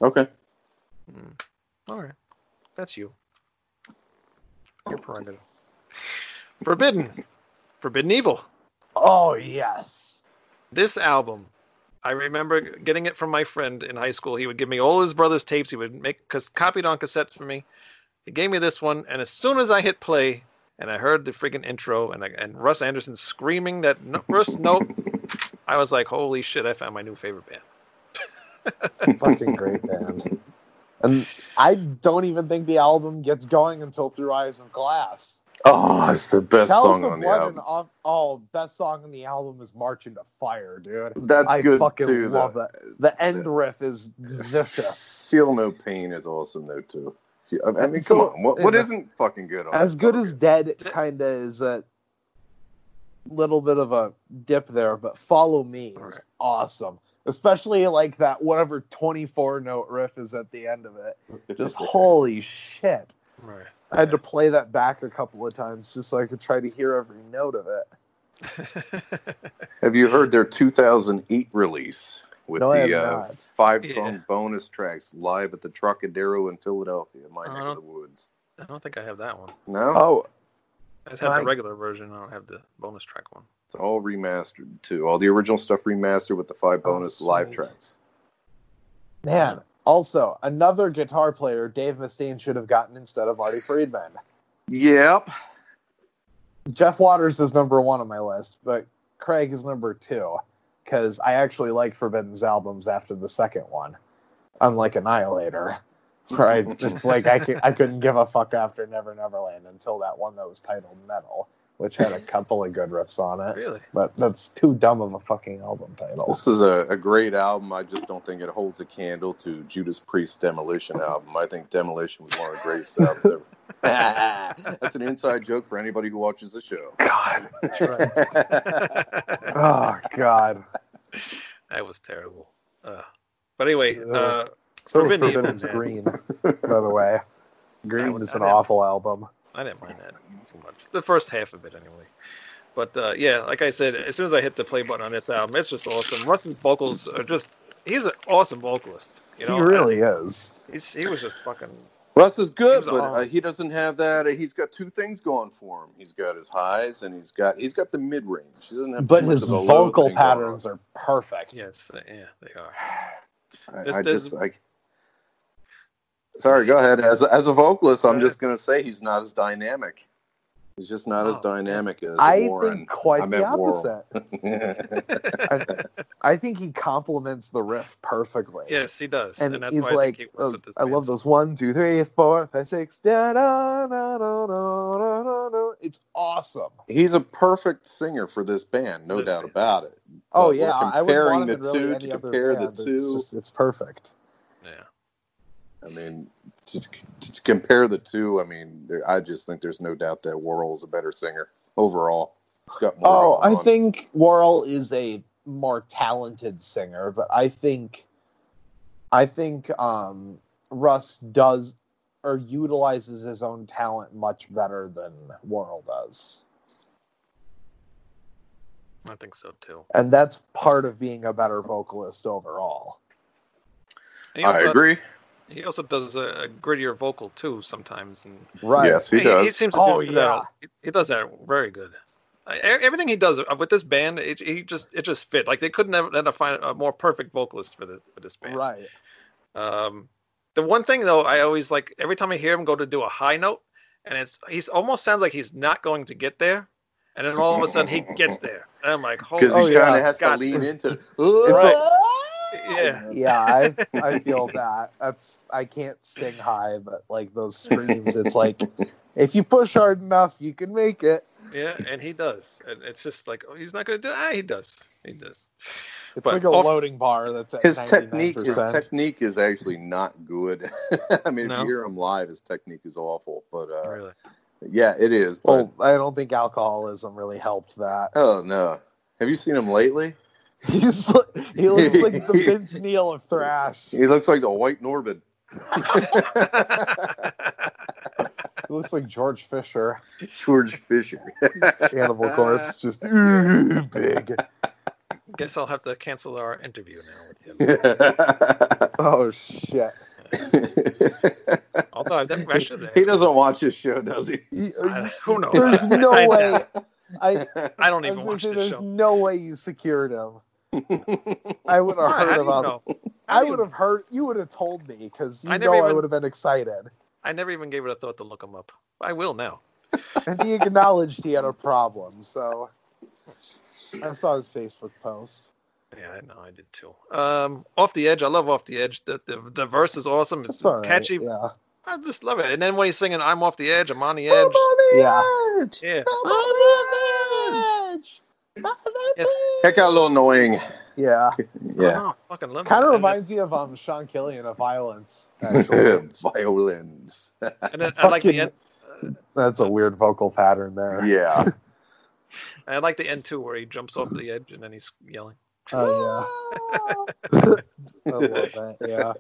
C: okay.
A: Mm. All right. That's you. Your prerogative. Forbidden. Forbidden Evil.
B: Oh yes,
A: This album, I remember getting it from my friend in high school. He would give me all his brother's tapes. He would make cause copied on cassette for me. He gave me this one, and as soon as I hit play and I heard the freaking intro and I, and Russ Anderson screaming that no, first note, I was like, "Holy shit! I found my new favorite band."
B: fucking great band. And I don't even think the album gets going until Through Eyes of Glass.
C: Oh, it's the best
B: Palace
C: song
B: of
C: on the
B: Blood
C: album.
B: and Off- oh, best song on the album is March into Fire, dude.
C: That's
B: I
C: good
B: fucking
C: too. though.
B: love that. The end riff is vicious.
C: Feel no pain is awesome though too. I mean, come
B: So-
C: on. What, what isn't fucking good on
B: As
C: that
B: good
C: song?
B: as Dead kind of is a little bit of a dip there, but Follow Me is
A: Alright.
B: awesome. Especially like that whatever 24 note riff is at the end of it. Just holy shit.
A: Right.
B: I had to play that back a couple of times just so I could try to hear every note of it.
C: Have you heard their 2008 release with
B: No, I
C: the
B: have
C: uh,
B: not.
C: five song
A: Yeah.
C: bonus tracks live at the Trocadero in Philadelphia, my neck
A: Uh-huh.
C: of the woods?
A: I don't think I have that one.
C: No,
B: Oh,
A: I just have
B: I-
A: the regular version. I don't have the bonus track one.
C: it's all remastered too. All the original stuff remastered with the five
B: Oh,
C: bonus live
B: sweet.
C: tracks.
B: man. Also, another guitar player Dave Mustaine should have gotten instead of Marty Friedman.
C: Yep.
B: Jeff Waters is number one on my list, but Craig is number two because I actually like Forbidden's albums after the second one, unlike Annihilator. Right? it's like I, can, I couldn't give a fuck after Never Neverland until that one that was titled Metal, which had a couple of good riffs on it.
A: Really?
B: But that's too dumb of a fucking album title.
C: This is a, a great album. I just don't think it holds a candle to Judas Priest Demolition album. I think Demolition was one of the greatest albums ever. That's an inside joke for anybody who watches the show.
B: God.
A: right.
B: Oh, God.
A: that was terrible. Uh, but anyway, uh,
B: So was
A: Forbidden
B: Forbidden's
A: Evil,
B: Green, by the way. Green
A: was-
B: is an
A: I didn't-
B: awful album.
A: I didn't mind that too much. The first half of it, anyway. But uh, yeah, like I said, as soon as I hit the play button on this album, it's just awesome. Russ's vocals are just—he's an awesome vocalist. You know,
B: he really is.
A: He's, he was just fucking
C: Russ is good,
A: He was
C: but uh,
A: on.
C: he doesn't have that. He's got two things going for him. He's got his highs, and he's got he's got the mid range. He doesn't have.
B: But
C: too much
B: his
C: of a low
B: vocal
C: thing going on.
B: patterns are perfect.
A: yes, yeah, they are.
C: I,
A: This-
C: I
A: this-
C: just like. Sorry, go ahead. As a, as a vocalist, I'm just gonna say he's not as dynamic. He's just not as
A: Oh.
C: dynamic as
B: I
C: Warren.
B: think quite
C: I
B: the
C: meant Warren.
B: opposite. I think he complements the riff perfectly.
A: Yes, he does,
B: And,
A: and, that's
B: he's
A: why I,
B: like,
A: think he
B: those-
A: works with this
B: I love
A: band.
B: those one, two, three, four, five, six. Da, da, da, da, da, da, da, da. It's awesome.
C: he's a perfect singer for this band, no
A: This
C: doubt
A: band.
C: about it.
B: Oh
C: But we're
B: yeah, I would
C: comparing
B: want him
C: the
B: in really
C: two
B: any
C: to
B: other
C: compare the
B: band. It's,
C: two.
B: just, it's perfect.
A: Yeah.
C: I mean, to, to, to compare the two, I mean, there- I just think there's no doubt that Worrell's a better singer overall. He's got more
B: Oh,
C: going
B: I
C: on.
B: think Worrell is a more talented singer, but I think I think um, Russ does or utilizes his own talent much better than Worrell does.
A: I think so too.
B: And that's part of being a better vocalist overall.
A: And he
C: I
A: also-
C: agree.
A: He also does a, a grittier vocal too sometimes, and
B: Right.
C: Yes, he does.
A: He seems to
B: Oh,
A: do
B: yeah.
A: that. He, he does that very good. I, e- everything he does with this band, it, he just it just fit. Like they couldn't have have to find a more perfect vocalist for this for this band.
B: Right.
A: Um, the one thing though, I always like every time I hear him go to do a high note, and it's he's almost sounds like he's not going to get there, and then all of a sudden he gets there. And I'm like, holy
C: Because he
B: Oh,
C: kind
B: yeah.
C: of has to
A: God.
C: lean into.
A: yeah,
B: Yeah, I I feel that. That's I can't sing high, but like those screams, it's like if you push hard enough, you can make it.
A: yeah, and he does. And it's just like, oh, he's not going to do. Ah, he does. He does.
B: It's
A: But oh,
B: like a
A: off-
B: loading bar that's at
C: His technique, his
B: 99%.
C: technique is actually not good. I mean, if
A: No.
C: you hear him live, his technique is awful. But uh,
A: really.
C: yeah, it is. But,
B: Well, I don't think alcoholism really helped that.
C: oh no, have you seen him lately?
B: He's li- he looks like the Vince Neil of thrash. He
C: He looks like a white Norbit.
B: looks like George Fisher,
C: George Fisher.
B: Animal Corpse, just "Ooh, big.
A: Guess I'll have to cancel our interview now with him.
C: he
B: Oh shit!
A: Although I've never actually
C: doesn't watch his show, does he? uh,
B: You-
A: I- Who knows?
B: There's no
A: I,
B: way. I,
A: I don't
B: I
A: even
B: was gonna
A: watch
B: say,
A: the
B: there's
A: show.
B: no way you secured him. I would have
A: How do
B: heard
A: you
B: about.
A: know? How
B: I
A: do you-
B: would have heard. You would have told me because you
A: I
B: know
A: never
B: I
A: even-
B: would have been excited.
A: I never even gave it a thought to look him up. I will now.
B: and he acknowledged he had a problem. So I saw his Facebook post.
A: Yeah, I know I did too. Um, off the edge, I love off the edge. The the, the verse is awesome. It's
B: It's all right.
A: catchy.
B: Yeah.
A: I just love it. And then when he's singing "I'm off the edge," I'm on the edge.
B: Yeah.
A: Yeah, Yes.
C: Heck, got a little annoying.
B: Yeah.
C: Yeah.
A: Oh, fucking love
B: Kind
A: it.
B: of
A: And
B: reminds me of um Sean Killian of Violence. Actually.
C: Violins.
A: it's- And then I like the
B: fucking-
A: end.
B: That's a weird vocal pattern there.
C: Yeah.
A: I like the end too, where he jumps off the edge and then he's yelling.
B: Oh yeah. I love that. Yeah.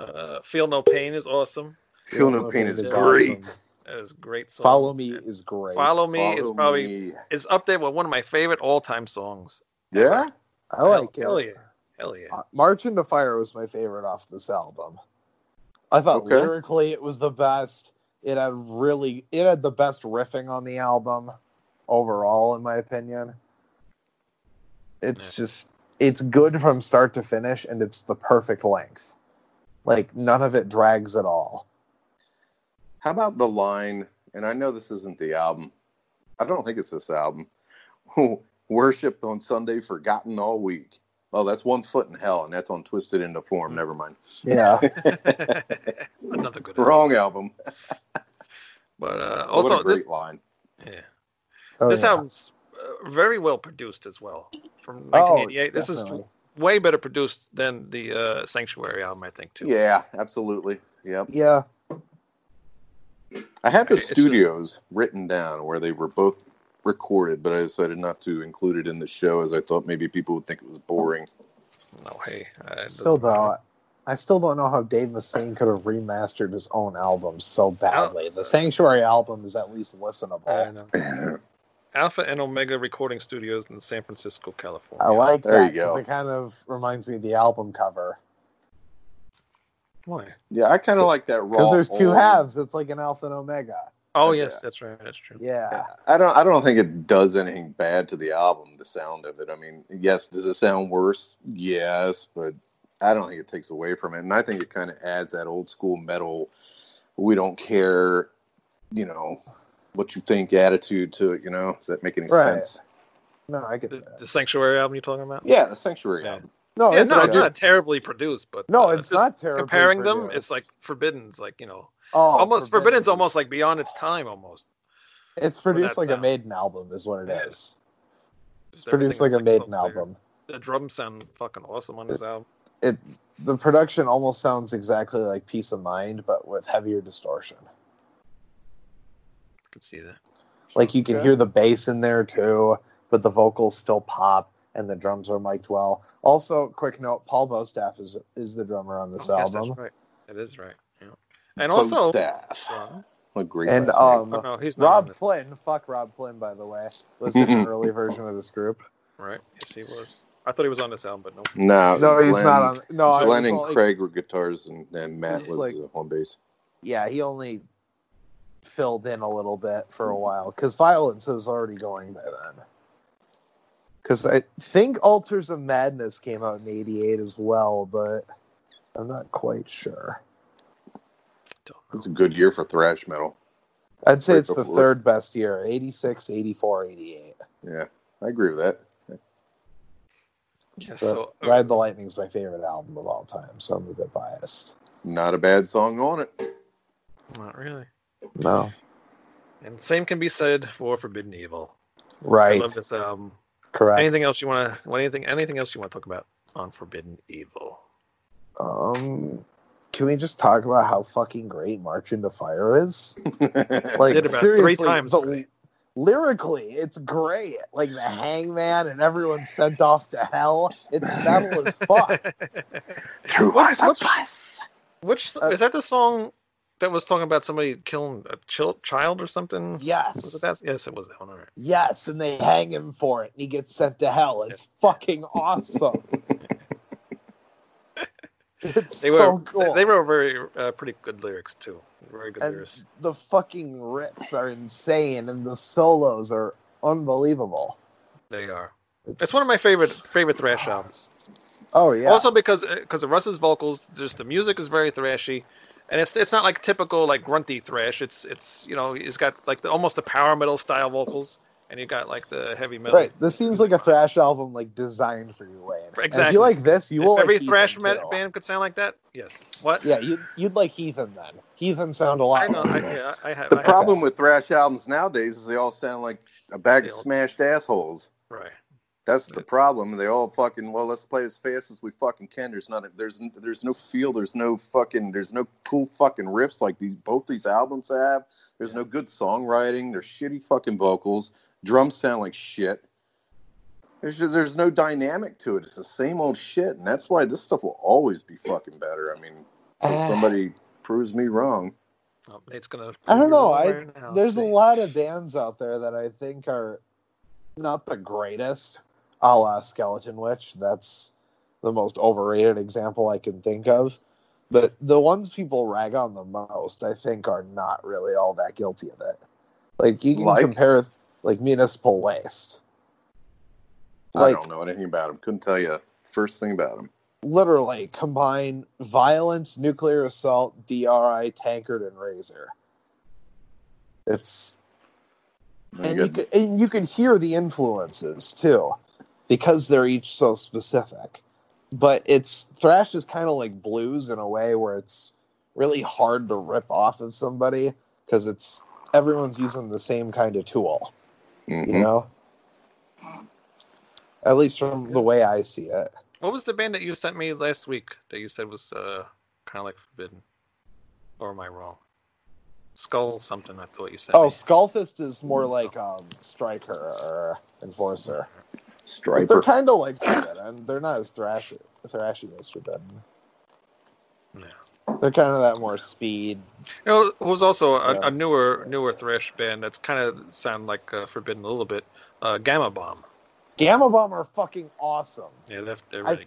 A: Uh, Feel no pain is awesome.
C: Feel
B: Yeah,
C: no pain is
A: is
C: great.
B: awesome.
A: That is a great. Song.
B: Follow me is great.
A: Follow me is
C: Follow
A: probably
C: me.
A: is up there with one of my favorite all time songs.
C: Yeah.
B: I like
A: Hell- hell
B: it.
A: yeah. Hell yeah.
B: Uh, March into Fire was my favorite off this album. I thought
C: Okay.
B: lyrically it was the best. It had really it had the best riffing on the album overall, in my opinion. It's just it's good from start to finish and it's the perfect length. Like none of it drags at all.
C: How about the line and I know this isn't the album. I don't think it's this album. Worshipped on Sunday, forgotten all week. Oh, that's one foot in hell, and that's on Twisted into Form. Never mind.
B: Yeah.
A: Another good album.
C: Wrong album.
A: But uh,
C: what
A: also,
C: a great
A: this,
C: line.
A: yeah.
B: Oh,
A: this
B: yeah.
A: album's uh, very well produced as well. From
B: Oh,
A: 1988, this is
B: definitely.
A: way better produced than the uh, Sanctuary album, I think, too.
C: Yeah, absolutely. Yep.
B: Yeah.
C: I had the
A: It's just-
C: studios written down where they were both recorded, but I decided not to include it in the show as I thought maybe people would think it was boring.
A: No, hey, I,
B: Still though, I still don't know how Dave Mustaine could have remastered his own album so badly.
A: Oh.
B: The Sanctuary album is at least listenable.
A: I know. Alpha and Omega Recording Studios in San Francisco, California.
B: I like
C: There
B: that
C: you go.
B: 'cause it kind of reminds me of the album cover
A: Why?
C: Yeah, I kind of like that raw.
B: because there's two
C: old-
B: halves. It's like an alpha and omega.
A: Oh
C: Yeah.
A: yes, that's right. That's true.
B: Yeah,
C: I don't. I don't think it does anything bad to the album. The sound of it. I mean, yes. Does it sound worse? Yes, but I don't think it takes away from it. And I think it kind of adds that old school metal. We don't care, you know, what you think attitude to it. You know, does that make any
B: Right.
C: sense?
B: no, I get
A: The,
B: that.
A: the Sanctuary album you're talking about?
C: Yeah, the Sanctuary
A: Yeah.
C: album.
B: No,
A: Yeah,
B: Oh, it's
A: no,
B: not
A: it's not terribly produced, but
B: no,
A: uh,
B: it's
A: just
B: not terrible.
A: Comparing them, it's like Forbidden's, like you know,
B: oh,
A: almost Forbidden's,
B: is-
A: almost like beyond its time, almost.
B: it's
A: with
B: produced
A: that
B: like a
A: sound.
B: maiden album, is what it
A: Yeah.
B: is. It's
A: Just
B: produced
A: everything is,
B: like a maiden
A: so weird.
B: album.
A: The drums sound fucking awesome on this album.
B: The production almost sounds exactly like Peace of Mind, but with heavier distortion.
A: I can see that.
B: Like you can
A: Okay.
B: hear the bass in there too, but the vocals still pop and the drums are mic'd well. Also, quick note: Paul Bostaff is is the drummer on this
A: Oh, yes, that's
B: album,
A: right. That is right. Yeah. And also,
C: staff.
A: Ron-
C: What a great
B: and
C: last name.
B: um,
A: oh, no, he's not on
B: Rob
A: this,
B: Flynn. Fuck Rob Flynn, by the way. Listen to an early version of this group.
A: right? Yes, he was. I thought he was on this album, but no.
C: no, it
B: No,
C: was
B: he's
C: Oh, Glenn-
B: not on. No, I
C: Glenn
B: was
C: and
B: only-
C: Craig were guitars, and, and Matt
B: It's
C: was
B: like-
C: uh, on bass.
B: Yeah, he only filled in a little bit for a while because violence was already going by then. Because I think Altars of Madness came out in '88 as well, but I'm not quite sure.
A: Don't
C: It's a good year for thrash metal.
B: I'd say
C: Right
B: it's the
C: before.
B: third best year 86, 84, 88.
C: Yeah, I agree with that.
A: know.
B: But
A: So, uh,
B: Ride the Lightning is my favorite album of all time, so I'm a bit biased.
C: Not a bad song on it.
A: Oh, not really.
B: No.
A: And same can be said for Forbidden Evil. I
B: Right.
A: love this album.
B: Correct.
A: Anything else you want to? Anything? Anything else you want to talk about on Forbidden Evil?
B: Um, can we just talk about how fucking great March into Fire is? Like
A: Did about three
B: seriously,
A: times
B: but
A: already.
B: lyrically, it's great. Like the Hangman and everyone's sent off to hell. It's metal as fuck.
C: True
A: What's-
C: Eyes of
A: what's-
C: Glass.
A: Which
B: Uh,
A: is that the song that was talking about somebody killing a chil- child or something? Was it
B: Yes,
A: that? Yes, it was that one. All right.
B: yes, and they hang him for it, and he gets sent to hell. It's fucking awesome. It's
A: They
B: so
A: were
B: cool.
A: they wrote very uh, pretty good lyrics too. Very good
B: and
A: lyrics.
B: the fucking rips are insane, and the solos are unbelievable.
A: They are. It's one of my favorite favorite thrash albums.
B: Oh yeah.
A: Also because because of Russ's vocals, just the music is very thrashy, and it's it's not like typical like grunty thrash. It's it's you know it's got like the, almost the power metal style vocals, and you got like the heavy metal.
B: Right. This seems like a thrash album like designed for you, Wayne. And If
A: Exactly.
B: you like this, you
A: If
B: will like
A: every
B: Heathen,
A: thrash
B: too.
A: met- band could sound like that. Yes. What?
B: Yeah, you you'd like Heathen then. Heathen sound a
A: I
B: lot.
A: know. I,
B: like
A: yeah,
B: this.
A: I have.
C: The
A: I have
C: problem with thrash albums nowadays is they all sound like a bag of
A: Yeah.
C: smashed assholes.
A: that. Right.
C: That's the problem. They all fucking well. Let's play as fast as we fucking can. There's not. A, there's n- there's no feel. There's no fucking. There's no cool fucking riffs like these. Both these albums have. There's no good songwriting. There's shitty fucking vocals. Drums sound like shit. There's just, there's no dynamic to it. It's the same old shit, and that's why this stuff will always be fucking better. I mean, until
B: Ah.
C: somebody proves me wrong.
A: Oh, Nate's gonna.
B: I don't know, I-
A: Right now,
B: There's a
A: see.
B: lot of bands out there that I think are not the greatest. A la Skeleton Witch. That's the most overrated example I can think of. But the ones people rag on the most, I think, are not really all that guilty of it. Like you can
C: Like?
B: compare like municipal waste.
C: I
B: Like
C: don't know anything about him. Couldn't tell you first thing about him.
B: literally combine violence, nuclear assault, DRI, tankard, and razor. It's
C: Very
B: and you,
C: good.
B: could, and you could hear the influences too because they're each so specific but it's thrash is kind of like blues in a way where it's really hard to rip off of somebody because it's everyone's using the same kind of tool
C: Mhm.
B: you know at least from the way i see it
A: What was the band that you sent me last week that you said was uh, kind of like forbidden? Or am I wrong? Skull something. I thought you said.
B: oh skullfist is more like um striker or enforcer they're
C: Striper.
B: kind of like forbidden they're not as thrashy thrashy as forbidden
A: Yeah.
B: they're kind of that more speed
A: You know, it was also a,
B: Yeah.
A: a newer newer thrash band that's kind of sound like uh, Forbidden a little bit. Uh, Gamma Bomb.
B: Gamma Bomb are fucking awesome.
A: Yeah, they're, they're
B: I-
A: really.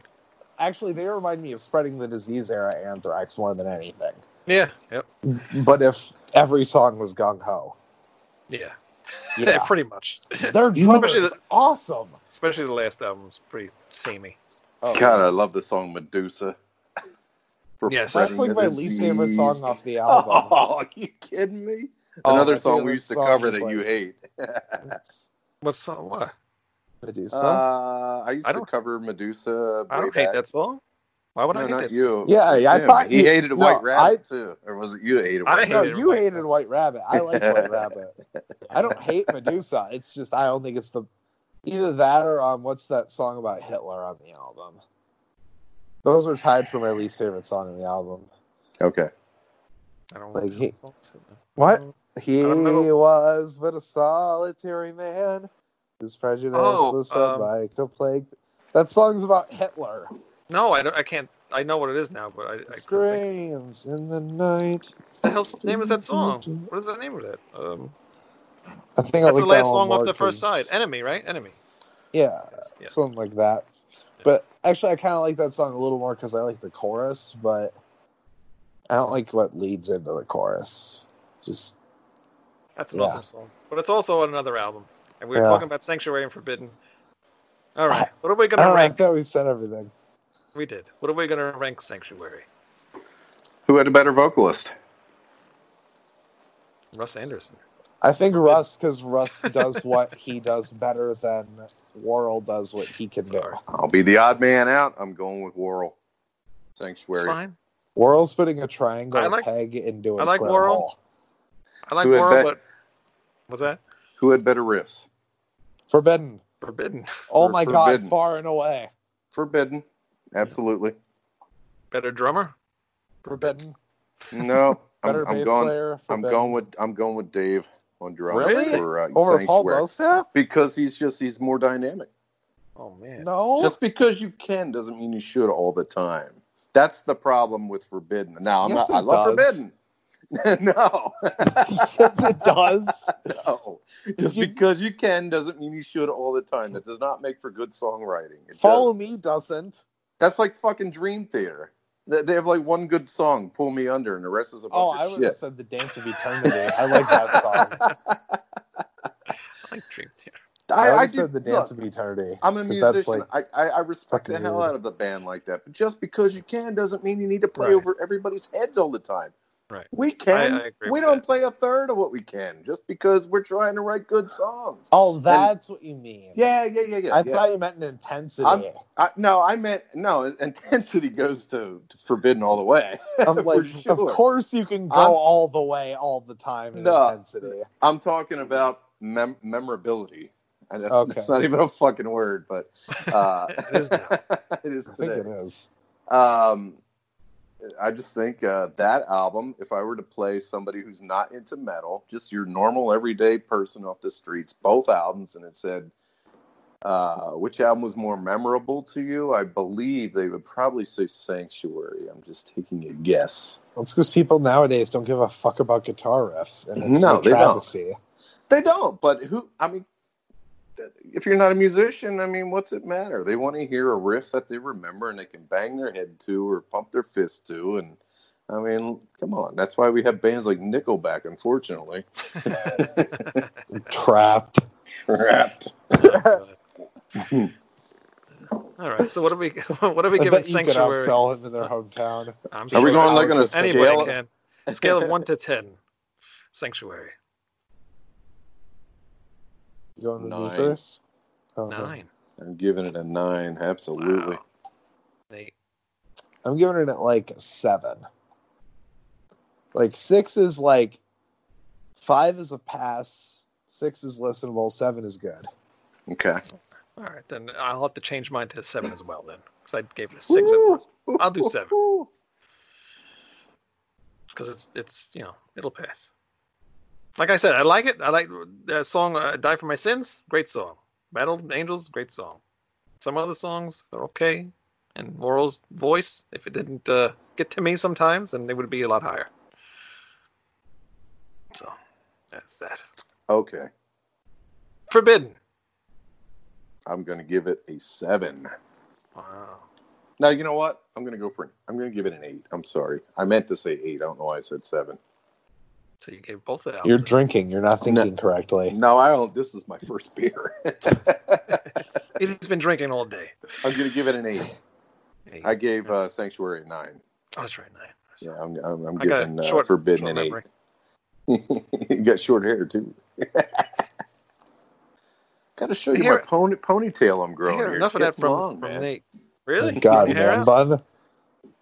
B: Actually, they remind me of spreading the disease era anthrax more than anything.
A: Yeah. Yep.
B: But if every song was gung ho,
A: Yeah. Yeah.
B: yeah,
A: pretty much.
B: their drummer
A: Especially
B: is awesome.
A: Especially the last album's pretty samey.
B: Oh,
C: God, I love the song Medusa. For
A: Yes.
C: spreading
B: that's like
C: the
B: my least favorite
C: disease.
B: song off the album.
C: Oh, are you kidding me?
B: Oh,
C: Another
B: my
C: song
B: favorite
C: we used to
B: song
C: cover
B: is
C: that
B: like-
C: you hate.
A: What song? What? Oh.
B: Medusa.
C: uh, I used
A: I
C: to
A: don't-
C: cover Medusa.
A: I
C: way
A: don't hate
C: back.
A: that song. Why would I
C: No,
A: hate
C: not
A: that? song?
C: you.
B: Yeah, yeah, I
C: Him.
B: thought
C: he
B: you-
C: hated
B: no,
C: White
B: I-
C: Rabbit too, or was it you that hated
A: I
C: White
A: hated
C: Rabbit?
B: no,
A: hated
B: you
A: White
B: hated
A: Rabbit.
B: White Rabbit. I like White Rabbit. I don't hate Medusa. It's just I don't think it's the either that or um what's that song about Hitler on the album. Those are tied for my least favorite song on the album.
C: Okay,
A: I don't
B: Like,
A: like
B: he-
A: it.
B: What? He
A: don't know.
B: was but a solitary man whose prejudice
A: Oh,
B: was spread
A: um,
B: like a plague. That song's about Hitler.
A: No, I don't. I can't. I know what it is now, but I. I couldn't think-
B: Screams in the night.
A: What the hell's name is that song? What is the name of that? Um,
B: I think I
A: that's
B: like
A: the
B: that
A: last
B: one
A: song off
B: more
A: the first
B: 'cause-
A: side. Enemy, right? Enemy.
B: Yeah,
A: Yeah.
B: something like that. But actually, I kind of like that song a little more because I like the chorus, but I don't like what leads into the chorus. Just
A: That's an
B: Yeah.
A: awesome song. But it's also on another album. And we were
B: Yeah.
A: talking about Sanctuary and Forbidden. All right. What are we
B: I,
A: going
B: don't
A: to
B: know, I
A: rank?
B: thought we said everything.
A: We did. What are we going to rank Sanctuary?
C: who had a better vocalist?
A: Russ Anderson.
B: I think Russ, because Russ does what he does better than Worrell does what he can do.
A: Sorry.
C: I'll be the odd man out. I'm going with Worrell.
A: It's
C: Sanctuary.
A: fine.
B: Worrell's putting a triangle
A: I like-
B: peg into a
A: I like
B: square
A: Worrell.
B: hole.
A: I like
C: Who had
A: Moral,
C: bet-
A: but. What's that?
C: Who had better riffs?
B: Forbidden.
A: Forbidden.
B: Oh
C: For-
B: my
C: forbidden.
B: god, far and away.
C: Forbidden. Absolutely.
A: Better drummer?
B: Forbidden.
C: No, I'm,
B: Better
C: I'm
B: bass
C: going.
B: player.
C: I'm
B: Forbidden.
C: going with I'm going with Dave on drums
A: Really?
C: for uh,
B: over
C: Sanctuary
B: Paul Bostaph?
C: because he's just he's more dynamic.
A: Oh, man.
B: No.
C: Just because you can doesn't mean you should all the time. That's the problem with Forbidden. Now I'm
B: Yes,
C: not. I
B: it
C: love
B: does.
C: Forbidden. no,
B: it does.
C: no. Just
B: You-
C: because you can doesn't mean you should all the time. That does not make for good songwriting. It
B: Follow
C: doesn't.
B: me doesn't.
C: That's like fucking Dream Theater. They they have like one good song, "Pull Me Under," and the rest is a bunch
B: Oh, I
C: of
B: would have
C: shit.
B: said the dance of eternity. I like that song.
A: I like Dream Theater.
B: I, would have
C: did-
B: said the
C: look,
B: dance of eternity.
C: I'm a
B: 'Cause that's,
C: musician. I, I, I respect the
B: fucking
C: hell
B: weird.
C: out of the band like that. But just because you can doesn't mean you need to play
A: Right.
C: over everybody's heads all the time.
A: Right.
C: We can.
A: I agree
C: we
A: with
C: don't
A: that.
C: play a third of what we can just because we're trying to write good songs.
B: Oh, that's what you mean.
C: Yeah, yeah, yeah, yeah.
B: I
C: yeah.
B: thought you meant an intensity.
C: I'm- I, no, I meant no. Intensity goes to, to forbidden all the way.
B: I'm
C: for
B: like,
C: sure.
B: of course you can go
C: I'm-
B: all the way all the time in
C: No.
B: intensity.
C: I'm talking about mem- memorability. And that's,
B: Okay.
C: that's not even a fucking word, but uh,
A: It is now.
C: it is
B: I think
C: today.
B: it is.
C: Um, I just think uh, that album, if I were to play somebody who's not into metal, just your normal everyday person off the streets, both albums, and it said, uh, which album was more memorable to you? I believe they would probably say Sanctuary. I'm just taking a guess.
B: It's because people nowadays don't give a fuck about guitar riffs, and it's
C: No,
B: a
C: they don't.
B: travesty.
C: They don't, but who, I mean, if you're not a musician, I mean, what's it matter? They want to hear a riff that they remember and they can bang their head to or pump their fist to. And I mean, come on. That's why we have bands like Nickelback, unfortunately.
B: Trapped.
C: Crap.
A: All right. uh, So what are we? What are we
B: I
A: giving
B: bet you could
A: Sanctuary?
B: outsell him in their hometown.
A: I'm Uh,
C: Are
A: sure
C: we going like on a
A: anybody
C: scale?
A: can. Scale of one to ten. Sanctuary.
B: You going with
C: Nine.
B: me first? Oh, Okay.
A: Nine.
C: I'm giving it a nine. Absolutely.
A: Wow. They,
B: I'm giving it like seven. Like six is like five is a pass, six is listenable, seven is good.
C: Okay.
A: all right, then I'll have to change mine to seven as well, then, because I gave it a six at first. I'll do seven. because it's it's you know it'll pass. Like I said, I like it. I like that song uh, "Die for My Sins." Great song. Battle of the Angels, great song. Some other songs they're okay. And Moral's voice, if it didn't uh, get to me sometimes, then it would be a lot higher. So that's that.
C: Okay.
A: Forbidden.
C: I'm going to give it a seven.
A: Wow.
C: Now you know what? I'm going to go for. An, I'm going to give it an eight. I'm sorry. I meant to say eight. I don't know why I said seven.
A: So you gave both of them.
B: You're drinking, you're not thinking correctly.
C: No, I don't. This is my first beer.
A: He's been drinking all day.
C: I'm going to give it an eight.
A: Hey,
C: I gave uh, Sanctuary a nine.
A: oh, that's right. Nine.
C: Yeah, I'm, I'm, I'm
A: I got a
C: giving uh,
A: short-
C: Forbidden
A: short
C: an eight.
A: memory.
C: you got short hair too. got to show
A: I
C: you
A: hear
C: my
A: it.
C: pony, ponytail I'm
A: I
C: growing.
A: hear
C: here.
A: enough of
C: It's
A: that
C: getting
A: from,
C: long,
A: from
C: man.
A: Nate. Really?
B: God,
A: Your hair
B: man,
A: out?
B: bun.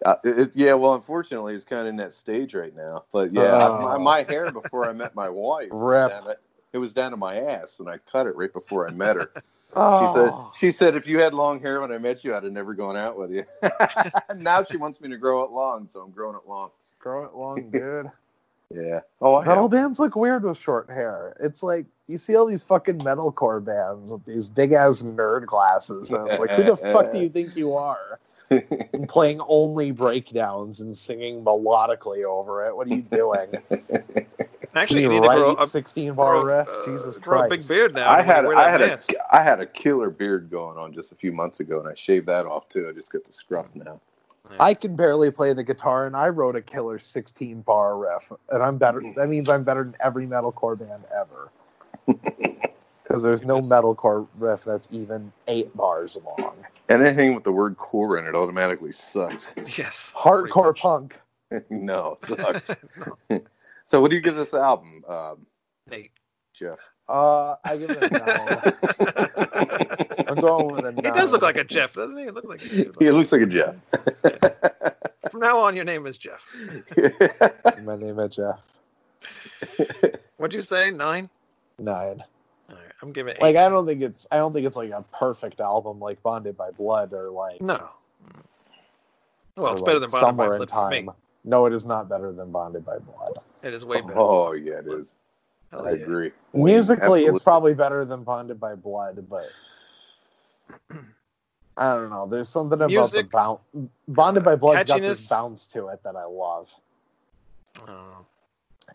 C: Uh, it, it- yeah, well, unfortunately, it's kind of in that stage right now. But yeah,
B: Oh.
C: my, my hair before I met my wife,
B: Rip.
C: down at- it was down to my ass, and I cut it right before I met her. She said,
B: Oh,
C: "She said if you had long hair when I met you, I'd have never gone out with you." now she wants me to grow it long, so I'm growing it long.
B: grow it long, dude.
C: Yeah. Oh, I
B: Metal
C: have.
B: bands look weird with short hair. It's like you see all these fucking metalcore bands with these big ass nerd glasses. And it's like, who the fuck do you think you are? And playing only breakdowns and singing melodically over it. What are you doing?
A: Actually, you
B: Can
A: need to grow a,
B: 16 bar
A: grow,
B: riff.
A: uh,
B: Jesus
A: grow
B: Christ.
A: a big beard now.
C: I
A: and wear-
C: had
A: wear
C: I
A: that
C: had a
A: mask.
C: I had a killer beard going on just a few months ago, and I shaved that off too. I just got the scruff now.
B: I can barely play the guitar, and I wrote a killer 16 bar riff, and I'm better. That means I'm better than every metalcore band ever. Because there's no metalcore riff that's even eight bars long.
C: Anything with the word "core" in it automatically sucks.
A: yes. pretty
B: Hardcore
A: much.
B: punk.
C: no, it sucks.
A: No,
C: so, what do you give this album, um,
A: Nate.
C: Jeff?
B: Uh, I give it a nine. I'm going with a nine.
A: He does look like a Jeff, doesn't he? He Look like a dude.
C: He looks like a Jeff.
A: From now on, your name is Jeff.
B: My name is Jeff.
A: What'd you say? Nine?
B: Nine.
A: All right, I'm giving eight.
B: Like I don't think it's I don't think it's like a perfect album like Bonded by Blood or like
A: no.
B: or,
A: Well, it's
B: like,
A: better than Bottom
B: Somewhere
A: by
B: in
A: Blood for
B: Time.
A: me.
B: No, it is not better than Bonded by Blood.
A: It is way better.
C: oh yeah, it is.
A: Hell
C: I
A: yeah.
C: agree.
B: Musically,
C: absolutely.
B: it's probably better than Bonded by Blood, but I don't know. There's something about the
A: Music,
B: bounce. Bonded by Blood's got this
A: catchiness.
B: bounce to it that I love,
A: Oh.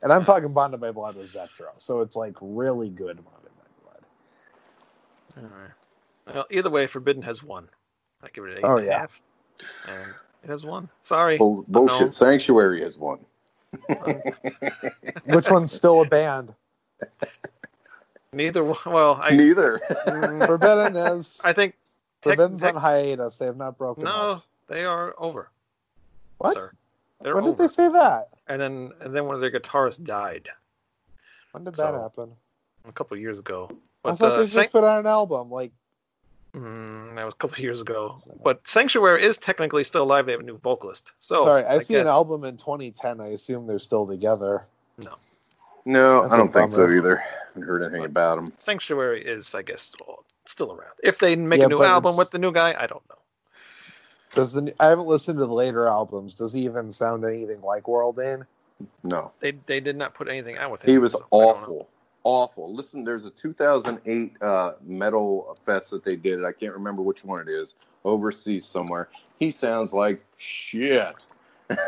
B: and I'm talking Bonded by Blood with Zetro, so it's like really good Bonded by
A: All right. Well, either way, Forbidden has one. I give it an eight
B: Oh,
A: and a
B: yeah. Oh.
A: half, and it has one. Sorry.
C: Bull- bullshit.
A: Unknown.
C: Sanctuary is one.
B: Blood. Which one's still a band?
A: Neither one. Well, I, Mm.
C: Neither.
B: Forbidden is
A: I think. tech-
B: Forbidden's
A: tech-
B: on hiatus. They have not broken. up.
A: no, they are over.
B: what?
A: sir. They're
B: when
A: over.
B: did they say that?
A: and then and then one of their guitarists died
B: When did
A: So,
B: that happen?
A: a couple of years ago.
B: I
A: But
B: thought
A: uh,
B: they just
A: Sanct-
B: put out an album. Like
A: Mm, that was a couple of years ago. But Sanctuary is technically still alive. They have a new vocalist. So
B: sorry, I, see an
A: guess-
B: album in 2010. I assume they're still together.
C: no,
B: That's
C: I
B: a
C: don't think so
B: bummer.
C: either. haven't heard anything about him.
A: Sanctuary is, I guess, still, still around. If they make
B: Yeah,
A: a new
B: but
A: album
B: it's-
A: with the new guy, I don't know.
B: Does the I haven't listened to the later albums. Does he even sound anything like World In?
C: No,
A: They they did not put anything out with him.
C: he was
A: so I don't know.
C: awful. Awful. Listen, there's a 2008 uh, metal fest that they did. I can't remember which one it is. Overseas somewhere. He sounds like shit.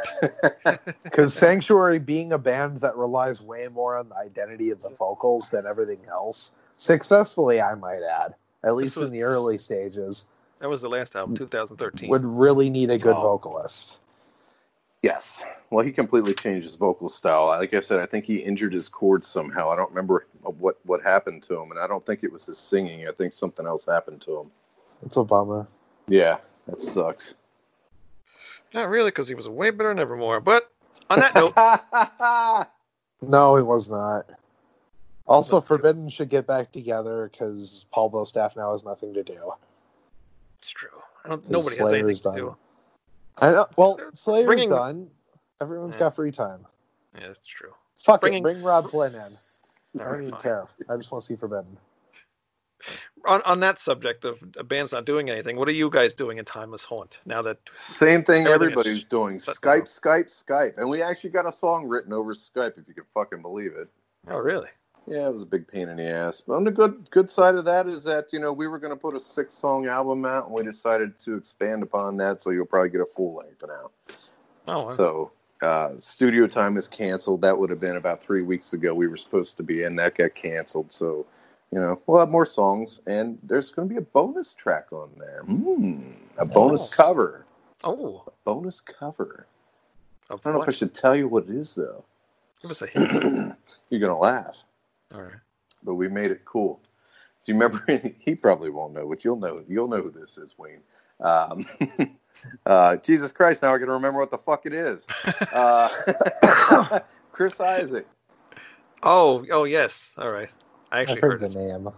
B: Because Sanctuary, being a band that relies way more on the identity of the vocals than everything else, successfully, I might add, at least
A: was-
B: in the early stages,
A: That was the last album, 2013.
B: would really need a good
C: Oh.
B: vocalist.
C: Yes. Well, he completely changed his vocal style. Like I said, I think he injured his chords somehow. I don't remember what what happened to him, and I don't think it was his singing. I think something else happened to him.
B: It's a bummer.
C: Yeah, that sucks.
A: Not really, because he was way better than Evermore. But on that note,
C: I
B: No, it was not. Also, Forbidden should get back together because Paul Bostaff now has nothing to do.
A: It's true. I don't,
B: His
A: nobody has
B: Slayer
A: anything
B: is
A: to
B: done.
A: do.
B: I know. Well,
A: They're
B: Slayer's
A: bringing-
B: done. Everyone's
A: Yeah.
B: got free time.
A: Yeah, that's true.
B: Fuck
A: Bringing-
B: it. Bring Rob Flynn in. I
A: All
B: don't
A: right,
B: even
A: fine.
B: care. I just want to see Forbidden.
A: On, on that subject of a band's not doing anything, what are you guys doing in Timeless Haunt now that
C: Same
A: Everything
C: thing everybody's
A: is-
C: doing.
A: that's
C: Skype, Skype, Skype. And we actually got a song written over Skype, if you can fucking believe it.
A: Oh, really?
C: Yeah, it was a big pain in the ass. But on the good good side of that is that, you know, we were gonna put a six song album out and we decided to expand upon that, so you'll probably get a full length now.
A: Oh, so,
C: So uh, studio time is canceled. That would have been about three weeks ago. We were supposed to be in. That got canceled. So, you know, we'll have more songs, and there's going to be a bonus track on there. Mm, a bonus
B: Nice.
C: cover.
A: oh,
C: Bonus cover.
A: of
C: I don't know if I
A: what?
C: should tell you what it is, though.
A: give us a hint.
C: You're going to laugh,
A: All right.
C: but we made it cool. Do you remember? he probably won't know, but you'll know. You'll know who this is, Wayne. Um, uh, Jesus Christ! Now I can remember what the fuck it is. Uh, Chris Isaac.
A: Oh, oh yes. All right. I actually
B: I've
A: heard,
B: heard the
A: it.
B: name.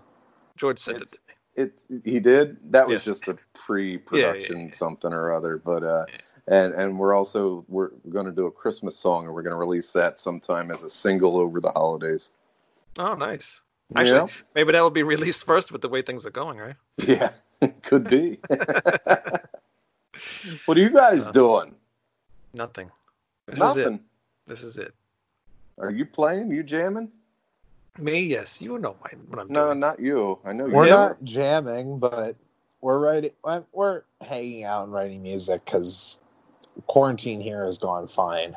A: George sent
C: It's-
A: it. to me.
C: It's he did. That was
A: Yeah.
C: just a pre-production
A: Yeah, yeah, yeah.
C: something or other. But uh,
A: Yeah.
C: and and we're also we're, we're going to do a Christmas song and we're going to release that sometime as a single over the holidays.
A: Oh, nice.
C: You
A: Actually,
C: know?
A: maybe that'll be released first with the way things are going, right?
C: yeah, could be. what are you guys
A: Uh,
C: doing?
A: Nothing. This is it.
C: Nothing.
A: This is it.
C: Are you playing? You jamming?
A: Me, yes. You know my, what I'm
C: No,
A: doing.
C: not you.
A: Oh,
C: I know
B: We're
C: you.
B: not jamming, but we're writing. I'm- We're hanging out and writing music because quarantine here has gone fine.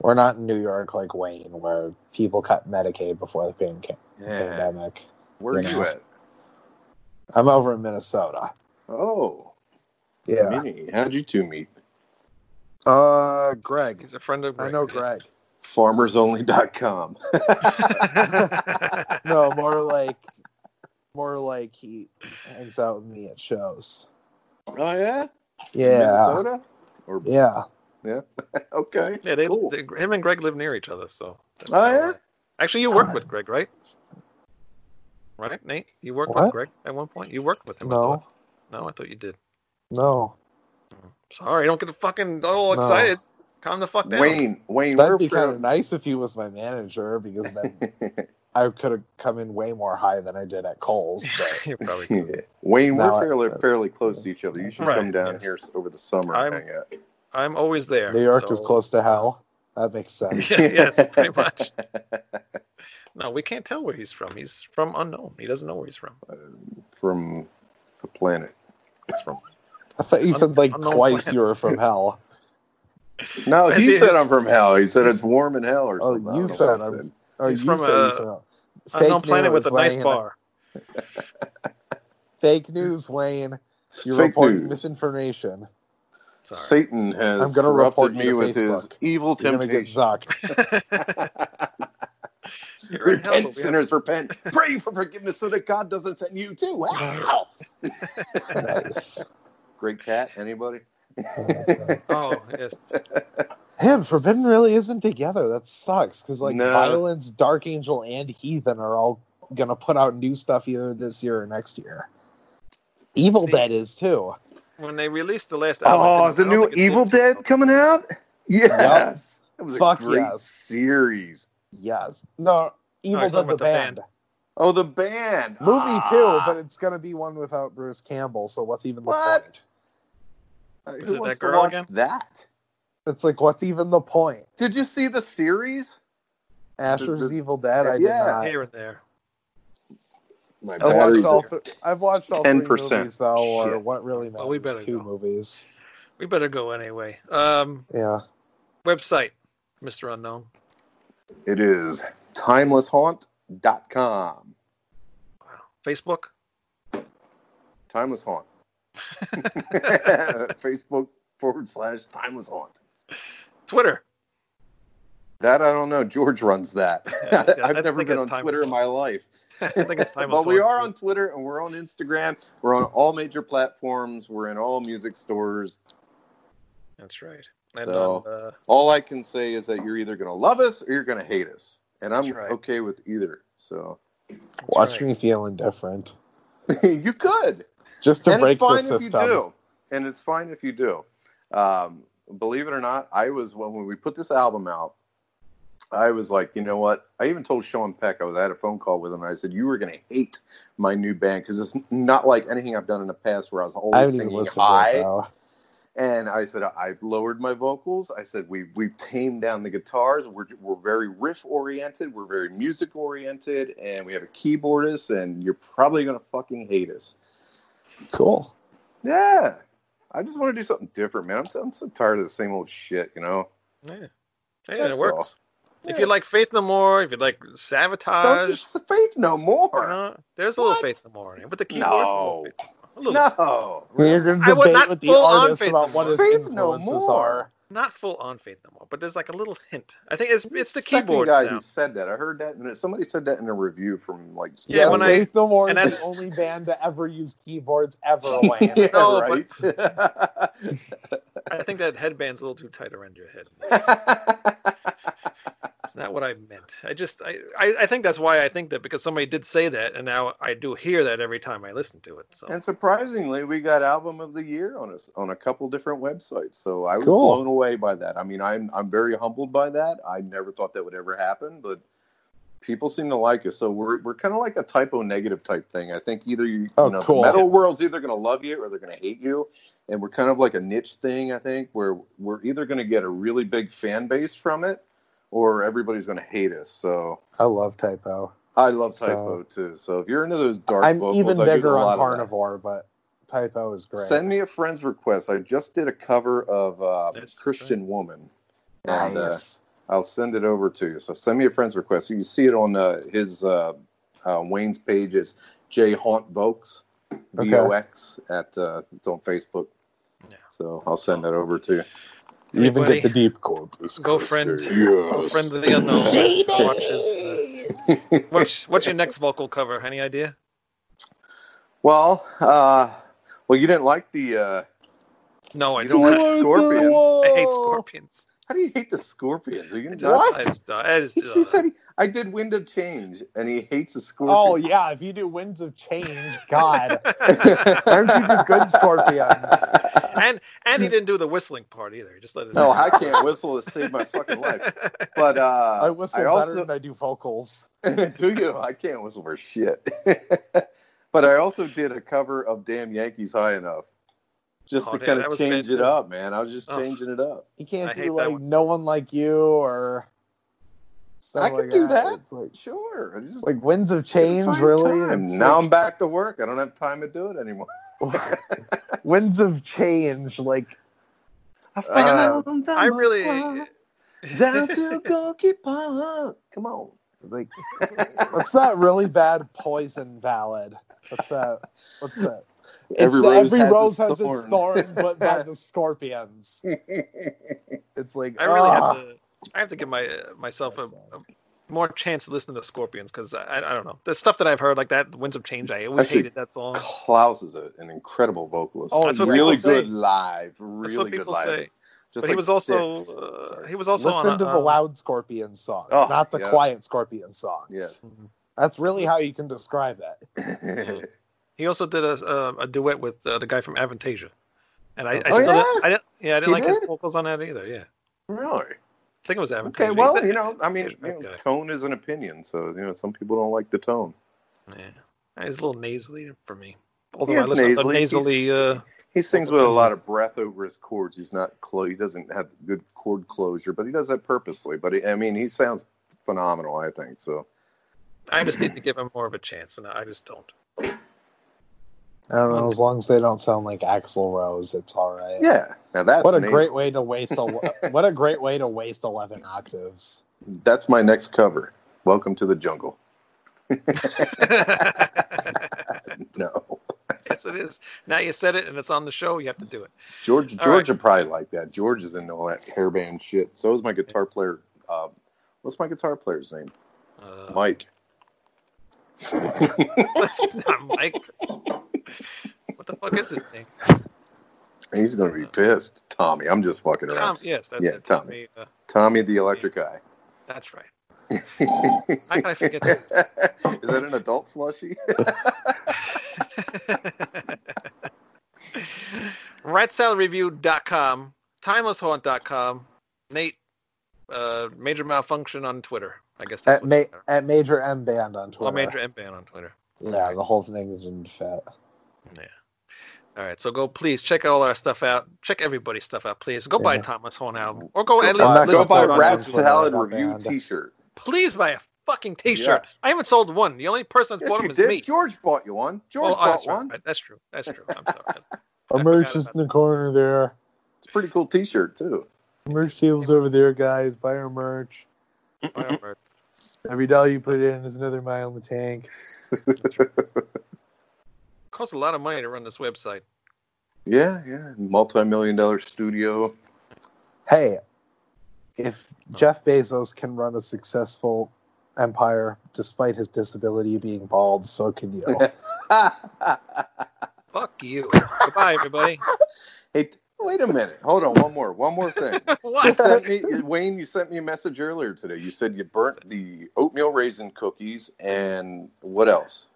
B: We're not in New York like Wayne, where people cut Medicaid before the pan-
C: Yeah.
B: pandemic.
C: Where are
B: you
C: you
B: know.
C: at?
B: I'm over in Minnesota.
C: Oh,
B: Yeah.
C: me. How'd you two meet?
B: Uh, Greg.
A: He's a friend of
B: I
A: mine.
B: know Greg.
C: Farmersonly.com.
B: No, more like, more like he hangs out with me at shows.
C: Oh yeah.
B: Yeah.
C: Minnesota? Or
B: Yeah.
C: okay.
A: yeah, they,
C: Cool.
A: they- him and Greg live near each other, so. that's
C: Oh,
A: how,
C: yeah?
A: uh, Actually, you worked
B: Ah.
A: with Greg, right? Right, Nate? You worked
B: What?
A: with Greg at one point? You worked with him. I
B: No.
A: thought. No, I thought you did.
B: No.
A: Sorry, don't get fucking all
B: No.
A: excited. Calm the fuck down.
C: Wayne, Wayne, we're
B: That'd be kind of
C: from,
B: nice if he was my manager because then I could have come in way more high than I did at Cole's. But
A: You're probably
C: Wayne,
B: No, I-
C: we're fairly, fairly close to each other. You should
A: Right,
C: come down
A: yes.
C: here s- over the summer and
A: I'm-
C: hang out.
A: I'm always there.
B: New York is
A: so-
B: close to hell. That makes sense.
A: Yeah, yes, pretty much. No, we can't tell where he's from. He's from unknown. He doesn't know where he's from.
C: from the planet.
A: He's from.
B: I thought you said like
A: I'm not
B: twice
A: playing.
B: you were from hell.
C: No,
A: Yes,
C: he
A: he
C: said
A: is.
C: I'm from hell. He said it's warm in hell or
B: Oh,
C: something. I
B: you
C: don't know
B: said
C: what he
B: I'm- Or
A: He's
B: Oh, you
A: from
B: said
A: a-
B: he's from hell.
A: unknown planet with a
B: news,
A: nice
B: Wayne.
A: bar.
B: Fake news, Wayne. You're
C: Fake
B: reporting
C: news.
B: misinformation.
A: Sorry.
C: Satan has
B: I'm gonna report
C: corrupted
B: you
C: me
B: to
C: with his
B: Facebook.
C: evil
B: You're gonna get
C: temptation.
B: zucked.
A: You're in hell, but
C: repent,
A: we have-
C: sinners, repent. Pray for forgiveness so that God doesn't send you too. Wow.
B: nice.
C: Great cat. Anybody?
A: Oh yes.
B: Man, Forbidden really isn't together. That sucks because like
C: No.
B: Violence, Dark Angel, and Heathen are all gonna put out new stuff either this year or next year. Evil
A: See?
B: Dead is too.
A: When they released the last album, I didn't-
C: Oh, is the
A: I don't
C: new
A: think it
C: Evil
A: did.
C: Dead coming out? Yes. That was
B: Fuck
C: a great
B: yes.
C: series.
B: Yes. No,
A: No,
B: Evil
A: he's talking
B: Dead
A: about the
B: the
A: band.
B: band.
C: Oh, the band.
B: Movie too,
C: Ah.
B: but it's gonna be one without Bruce Campbell. So what's even the
C: What?
B: point?
C: Uh,
A: Is it
C: Who
A: that
C: wants to
A: girl
C: watch
A: again?
C: that?
B: It's like what's even the point?
C: Did you see the series?
B: Asher's
C: the-
B: Evil Dead. I did
C: Yeah.
B: not.
A: Here and there.
C: My
B: I've watched
C: batteries
B: all.
C: are-
B: Th- I've watched all
C: 10%.
B: three movies though, or
C: Shit.
B: what really matters?
A: Well, we better
B: two
A: go.
B: movies.
A: We better go anyway. Um,
B: Yeah.
A: website, Mr. Unknown.
C: It is timelesshaunt.com.
A: Wow. Facebook.
C: Timeless Haunt. Facebook forward slash Timeless Haunt.
A: Twitter.
C: That I don't know. George runs that.
A: Yeah, yeah, I
C: I've never
A: think
C: been
A: it's
C: on
A: Timeless
C: Twitter in
A: Haunt.
C: my life.
A: I think it's time.
C: Well, we
A: also-
C: are on Twitter and we're on Instagram. We're on all major platforms. We're in all music stores.
A: That's right. And
C: So-
A: on, uh,
C: All I can say is that you're either going to love us or you're going to hate us, and I'm
A: That's right.
C: okay with either. So
B: Watch
A: right.
B: me feel indifferent.
C: you could.
B: Just to
C: and
B: break
C: it's fine
B: the system.
C: If you do. And it's fine if you do. Um, believe it or not, I was when when we put this album out, I was like, you know what? I even told Sean Peck I was I had a phone call with him, and I said, you were going to hate my new band because it's not like anything I've done in the past where I was
B: I
C: always
B: haven't even
C: singing
B: listened to it
C: high.
B: though.
C: And I said I have lowered my vocals. I said we we've tamed down the guitars. We're we're very riff oriented. We're very music oriented, and we have a keyboardist. And you're probably going to fucking hate us.
B: Cool.
C: Yeah. I just want to do something different, man. I'm, so- I'm so tired of the same old shit, you know?
A: Yeah. Hey, and
C: That's
A: it works.
C: all.
A: If
C: Yeah.
A: you like Faith No More, if you like Sabotage,
C: don't just faith no
A: you
C: more.
A: know, there's a little
C: What?
A: Faith No More. in it. With the keyboards,
C: No.
A: a little, bit.
C: No.
B: You're going to
A: I would
B: debate
A: not
B: with the
A: full on
B: artist
A: faith
B: about
A: in
B: what his
C: faith no
B: influences
C: more.
B: are.
A: not full on Faith No More, but there's like a little hint. I think it's it's the
C: Second
A: keyboard
C: guy who
A: sound.
C: said that. I heard that, and somebody said that in a review from like.
A: Yeah,
B: yes,
A: when I-
B: Faith No More is
A: and
B: the
A: that's-
B: only band to ever use keyboards ever. Wayne.
C: Yeah,
A: No,
C: right.
A: I think that headband's a little too tight around your head. It's not what I meant. I just I, I I think that's why I think that because somebody did say that, and now I do hear that every time I listen to it. So
C: and surprisingly, we got album of the year on us on a couple different websites. So I was
B: Cool.
C: blown away by that. I mean, I'm I'm very humbled by that. I never thought that would ever happen, but people seem to like us. So we're we're kind of like a typo negative type thing. I think either you,
B: Oh,
C: you know,
B: cool.
C: the metal world's either going to love you or they're going to hate you, and we're kind of like a niche thing. I think where we're either going to get a really big fan base from it, or everybody's going to hate us. So.
B: I love typo.
C: I love
B: So-
C: typo too. So if you're into those dark
B: I'm
C: vocals,
B: even
C: I do a
B: bigger
C: lot
B: on
C: of that.
B: Carnivore, but typo is great.
C: Send me a friend's request. I just did a cover of uh,
A: That's
C: Christian Woman. And, uh,
B: nice.
C: I'll send it over to you. So send me a friend's request. You can see it on uh, his uh, uh, Wayne's page is J Haunt Vokes,
B: Okay.
C: V O X at uh, it's on Facebook.
A: Yeah.
C: So I'll send that over to you.
B: You even
A: Everybody,
B: get the deep corpus.
A: go friend,
C: Christy, yes.
A: go friend of the unknown. Watch his, uh, what's what's your next vocal cover? Any idea?
C: Well, uh, well, you didn't like the. Uh,
A: No, I
C: You
A: don't. I,
C: don't like- scorpions.
A: I hate scorpions.
C: how do you hate the Scorpions? Are you
A: I
C: gonna
A: just, I just, uh, I just,
C: He s- he said he, I did wind of change, and he hates the Scorpions.
B: Oh yeah, if you do Winds of Change, God,
C: aren't
B: aren't you the good Scorpions?
A: and and he didn't do the whistling part either. He just let it.
C: No, I can't whistle to save my fucking life. But uh,
B: I whistle
C: I
B: better
C: also
B: than I do vocals.
C: do you? I can't whistle for shit. but I also did a cover of "Damn Yankees High Enough," just
A: Oh,
C: to
A: damn,
C: kind
A: that
C: of
A: was
C: change it
A: fantastic.
C: up, man. I was just
A: Oh.
C: changing it up.
B: You can't
A: I hate
B: do
A: that
B: like
A: one.
B: no one like you or. stuff
C: I could
B: like
C: do that.
B: It's Like,
C: Sure. I just
B: like Winds of
C: couldn't
B: Change,
C: find
B: really?
C: time.
B: It's
C: Now
B: like-
C: I'm back to work. I don't have time to do it anymore. Uh,
B: Winds of Change, like
C: I
B: found
A: I really.
C: down to Gonkey Park. Come on.
B: like what's that uh, really bad poison ballad? What's that? What's that? It's the every rose has, its thorn, but by the scorpions. It's like
A: I really have
B: ah.
A: to. I have to give my uh, myself a, a more chance to listen to Scorpions because I, I don't know the stuff that I've heard like that Winds of Change. I always
C: Actually,
A: hated that song.
C: Klaus is a, an incredible vocalist.
B: Oh,
A: That's what
C: really
A: people say.
C: good live. Really
A: That's what people
C: good live.
A: say.
C: Just
A: but he
C: like
A: was also
C: Styx.
A: uh,
C: Sorry.
A: he was also
B: listen
A: on
B: to
A: a,
B: the
A: um,
B: loud scorpion songs,
C: Oh,
B: not the
C: yeah.
B: quiet scorpion songs.
C: Yes.
B: That's really how you can describe it.
A: uh, He also did a a, a duet with uh, the guy from Avantasia, and I, I
C: Oh,
A: still
C: yeah?
A: didn't, I didn't yeah I didn't
C: He
A: like his
C: did?
A: vocals on that either. Yeah, I
C: really?
A: think it was Avantasia.
C: Okay. Well, you know, I mean,
A: He's a
C: you
A: great
C: know,
A: guy.
C: tone is an opinion. So you know, some people don't like the tone.
A: yeah. he's a little nasally for me. Although
C: He
A: I
C: is
A: listen to
C: nasally.
A: nasally.
C: He's-
A: Uh,
C: He sings with a lot of breath over his chords. He's not clo- He doesn't have good chord closure, but he does that purposely. But he, I mean, he sounds phenomenal. I think so.
A: I just need to give him more of a chance, and I just don't.
B: I don't know. As long as they don't sound like Axl Rose, it's all right.
C: Yeah. Now that's
B: what a
C: nasally.
B: great way to waste. El- what a great way to waste eleven octaves.
C: That's my next cover. Welcome to the jungle. No,
A: yes, it is. Now you said it, and it's on the show. You have to do it.
C: George.
A: All
C: George would probably like that. George is into all that hairband shit. So is my guitar player. Um, what's my guitar player's name?
A: Uh,
C: Mike.
A: that's not Mike. What the fuck is his name?
C: He's gonna
A: Uh-huh.
C: be pissed. Tommy. I'm just fucking around.
A: Tom. Yes, that's
C: Yeah,
A: it. uh,
C: Tommy. Tommy, the electric guy.
A: That's right. How can I forget
C: Is that an adult slushy?
A: RatsaladReview.com, TimelessHaunt.com, Nate, uh, Major Malfunction on Twitter. I guess that's
B: At,
A: what
B: ma-
A: you are.
B: at Major M Band on Twitter.
A: Well, Major M Ban on Twitter.
B: Yeah, the whole thing is in fat.
A: All right, so go please check all our stuff out. Check everybody's stuff out, please. Go buy a
B: Yeah.
A: Thomas Horn album, or go at
B: I'm
A: least
B: not
C: go
A: listen
B: gonna
C: buy
A: to
B: talk
A: it on
B: about
C: Rat
B: this
A: YouTube.
B: one,
C: Salad
B: not
C: Review
B: bad.
C: T-shirt.
A: Please buy a fucking T-shirt. I haven't sold one. The only person that's
C: Yes,
A: bought
C: you
A: them is
C: did.
A: me.
C: George bought you one. George
A: Well, oh,
C: bought
A: that's, right,
C: one.
A: right, that's true. That's true. I'm sorry.
B: Our
A: I
B: merch
A: forgot
B: is
A: about
B: in the corner there.
C: It's a pretty cool T-shirt too.
B: Our merch table's over there, guys. Buy our merch.
A: Whatever.
B: Every dollar you put in is another mile in the tank.
A: costs a lot of money to run this website.
C: Yeah, yeah. Multi-million dollar studio.
B: Hey, if
A: Oh.
B: Jeff Bezos can run a successful empire despite his disability being bald, so can you.
A: Fuck you. Goodbye, everybody.
C: hey, t- wait a minute. Hold on. One more. One more thing. You
A: what?
C: sent me, Wayne, you sent me a message earlier today. You said you burnt the oatmeal raisin cookies and what else?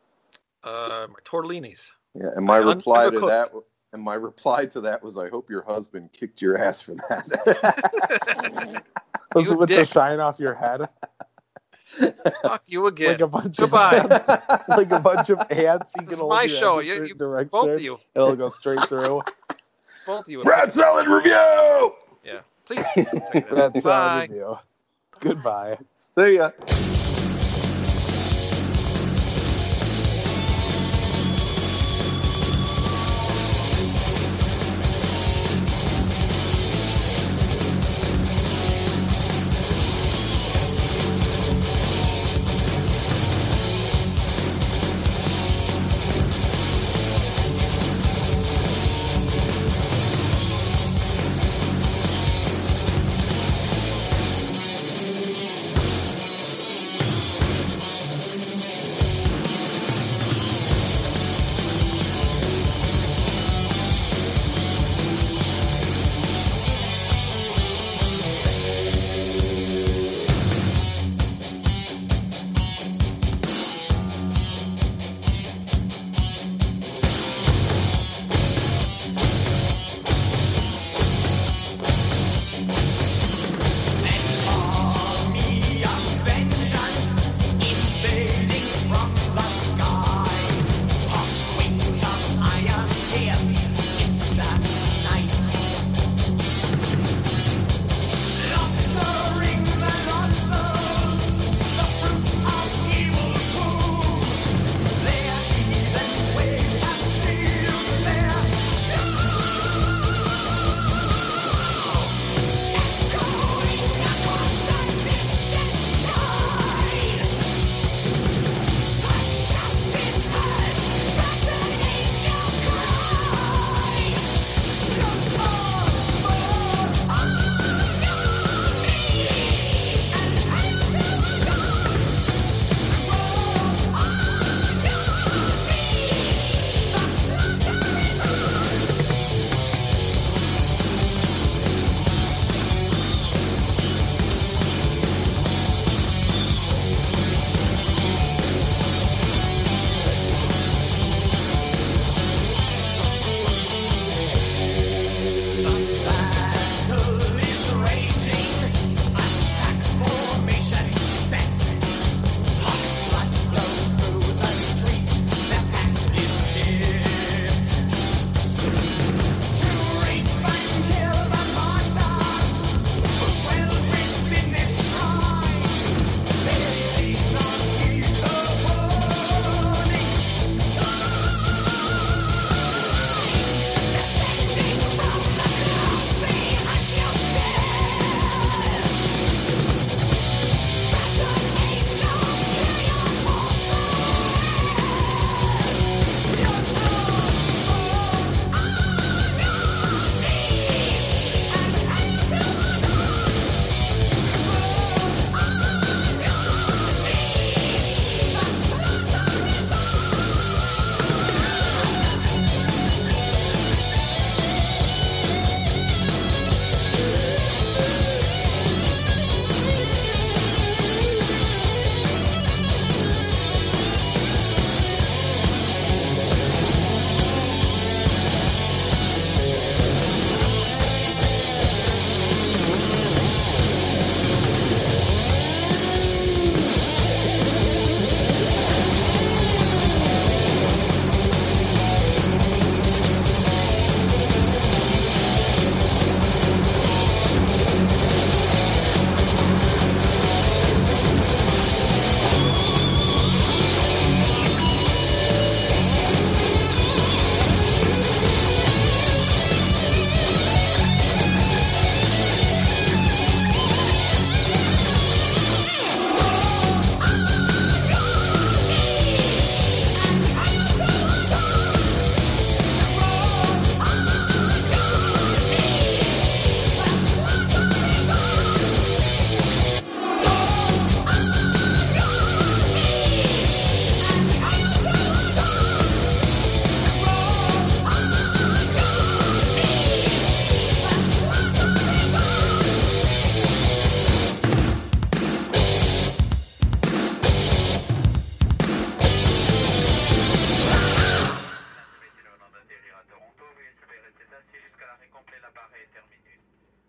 A: Uh, my tortellinis.
C: Yeah, and my
A: I
C: reply to
A: undercooked.
C: that and my reply to that was I hope your husband kicked your ass for that.
B: Was
A: You
B: it with the
A: dick.
B: shine off your head?
A: Fuck you again.
B: Like a bunch
A: Goodbye.
B: of like a bunch of ants. You
A: This is
B: can hold
A: my
B: your
A: show.
B: head a
A: You-
B: certain
A: you-
B: direction.
A: Both of you.
B: It'll go straight through.
A: Both of you.
C: Rat salad review.
A: Yeah. Please. check it out.
B: That's all
A: Bye.
B: I can do. Goodbye.
C: See ya.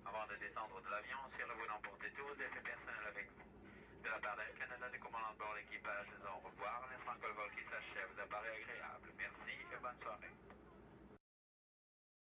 D: avant de descendre de l'avion sur le volant portez tous vos effets personnels avec vous. De la part d'Air Canada, du commandant de bord, l'équipage, disant au revoir, l'instant que le vol qui s'achève vous apparaît agréable. Merci et bonne soirée.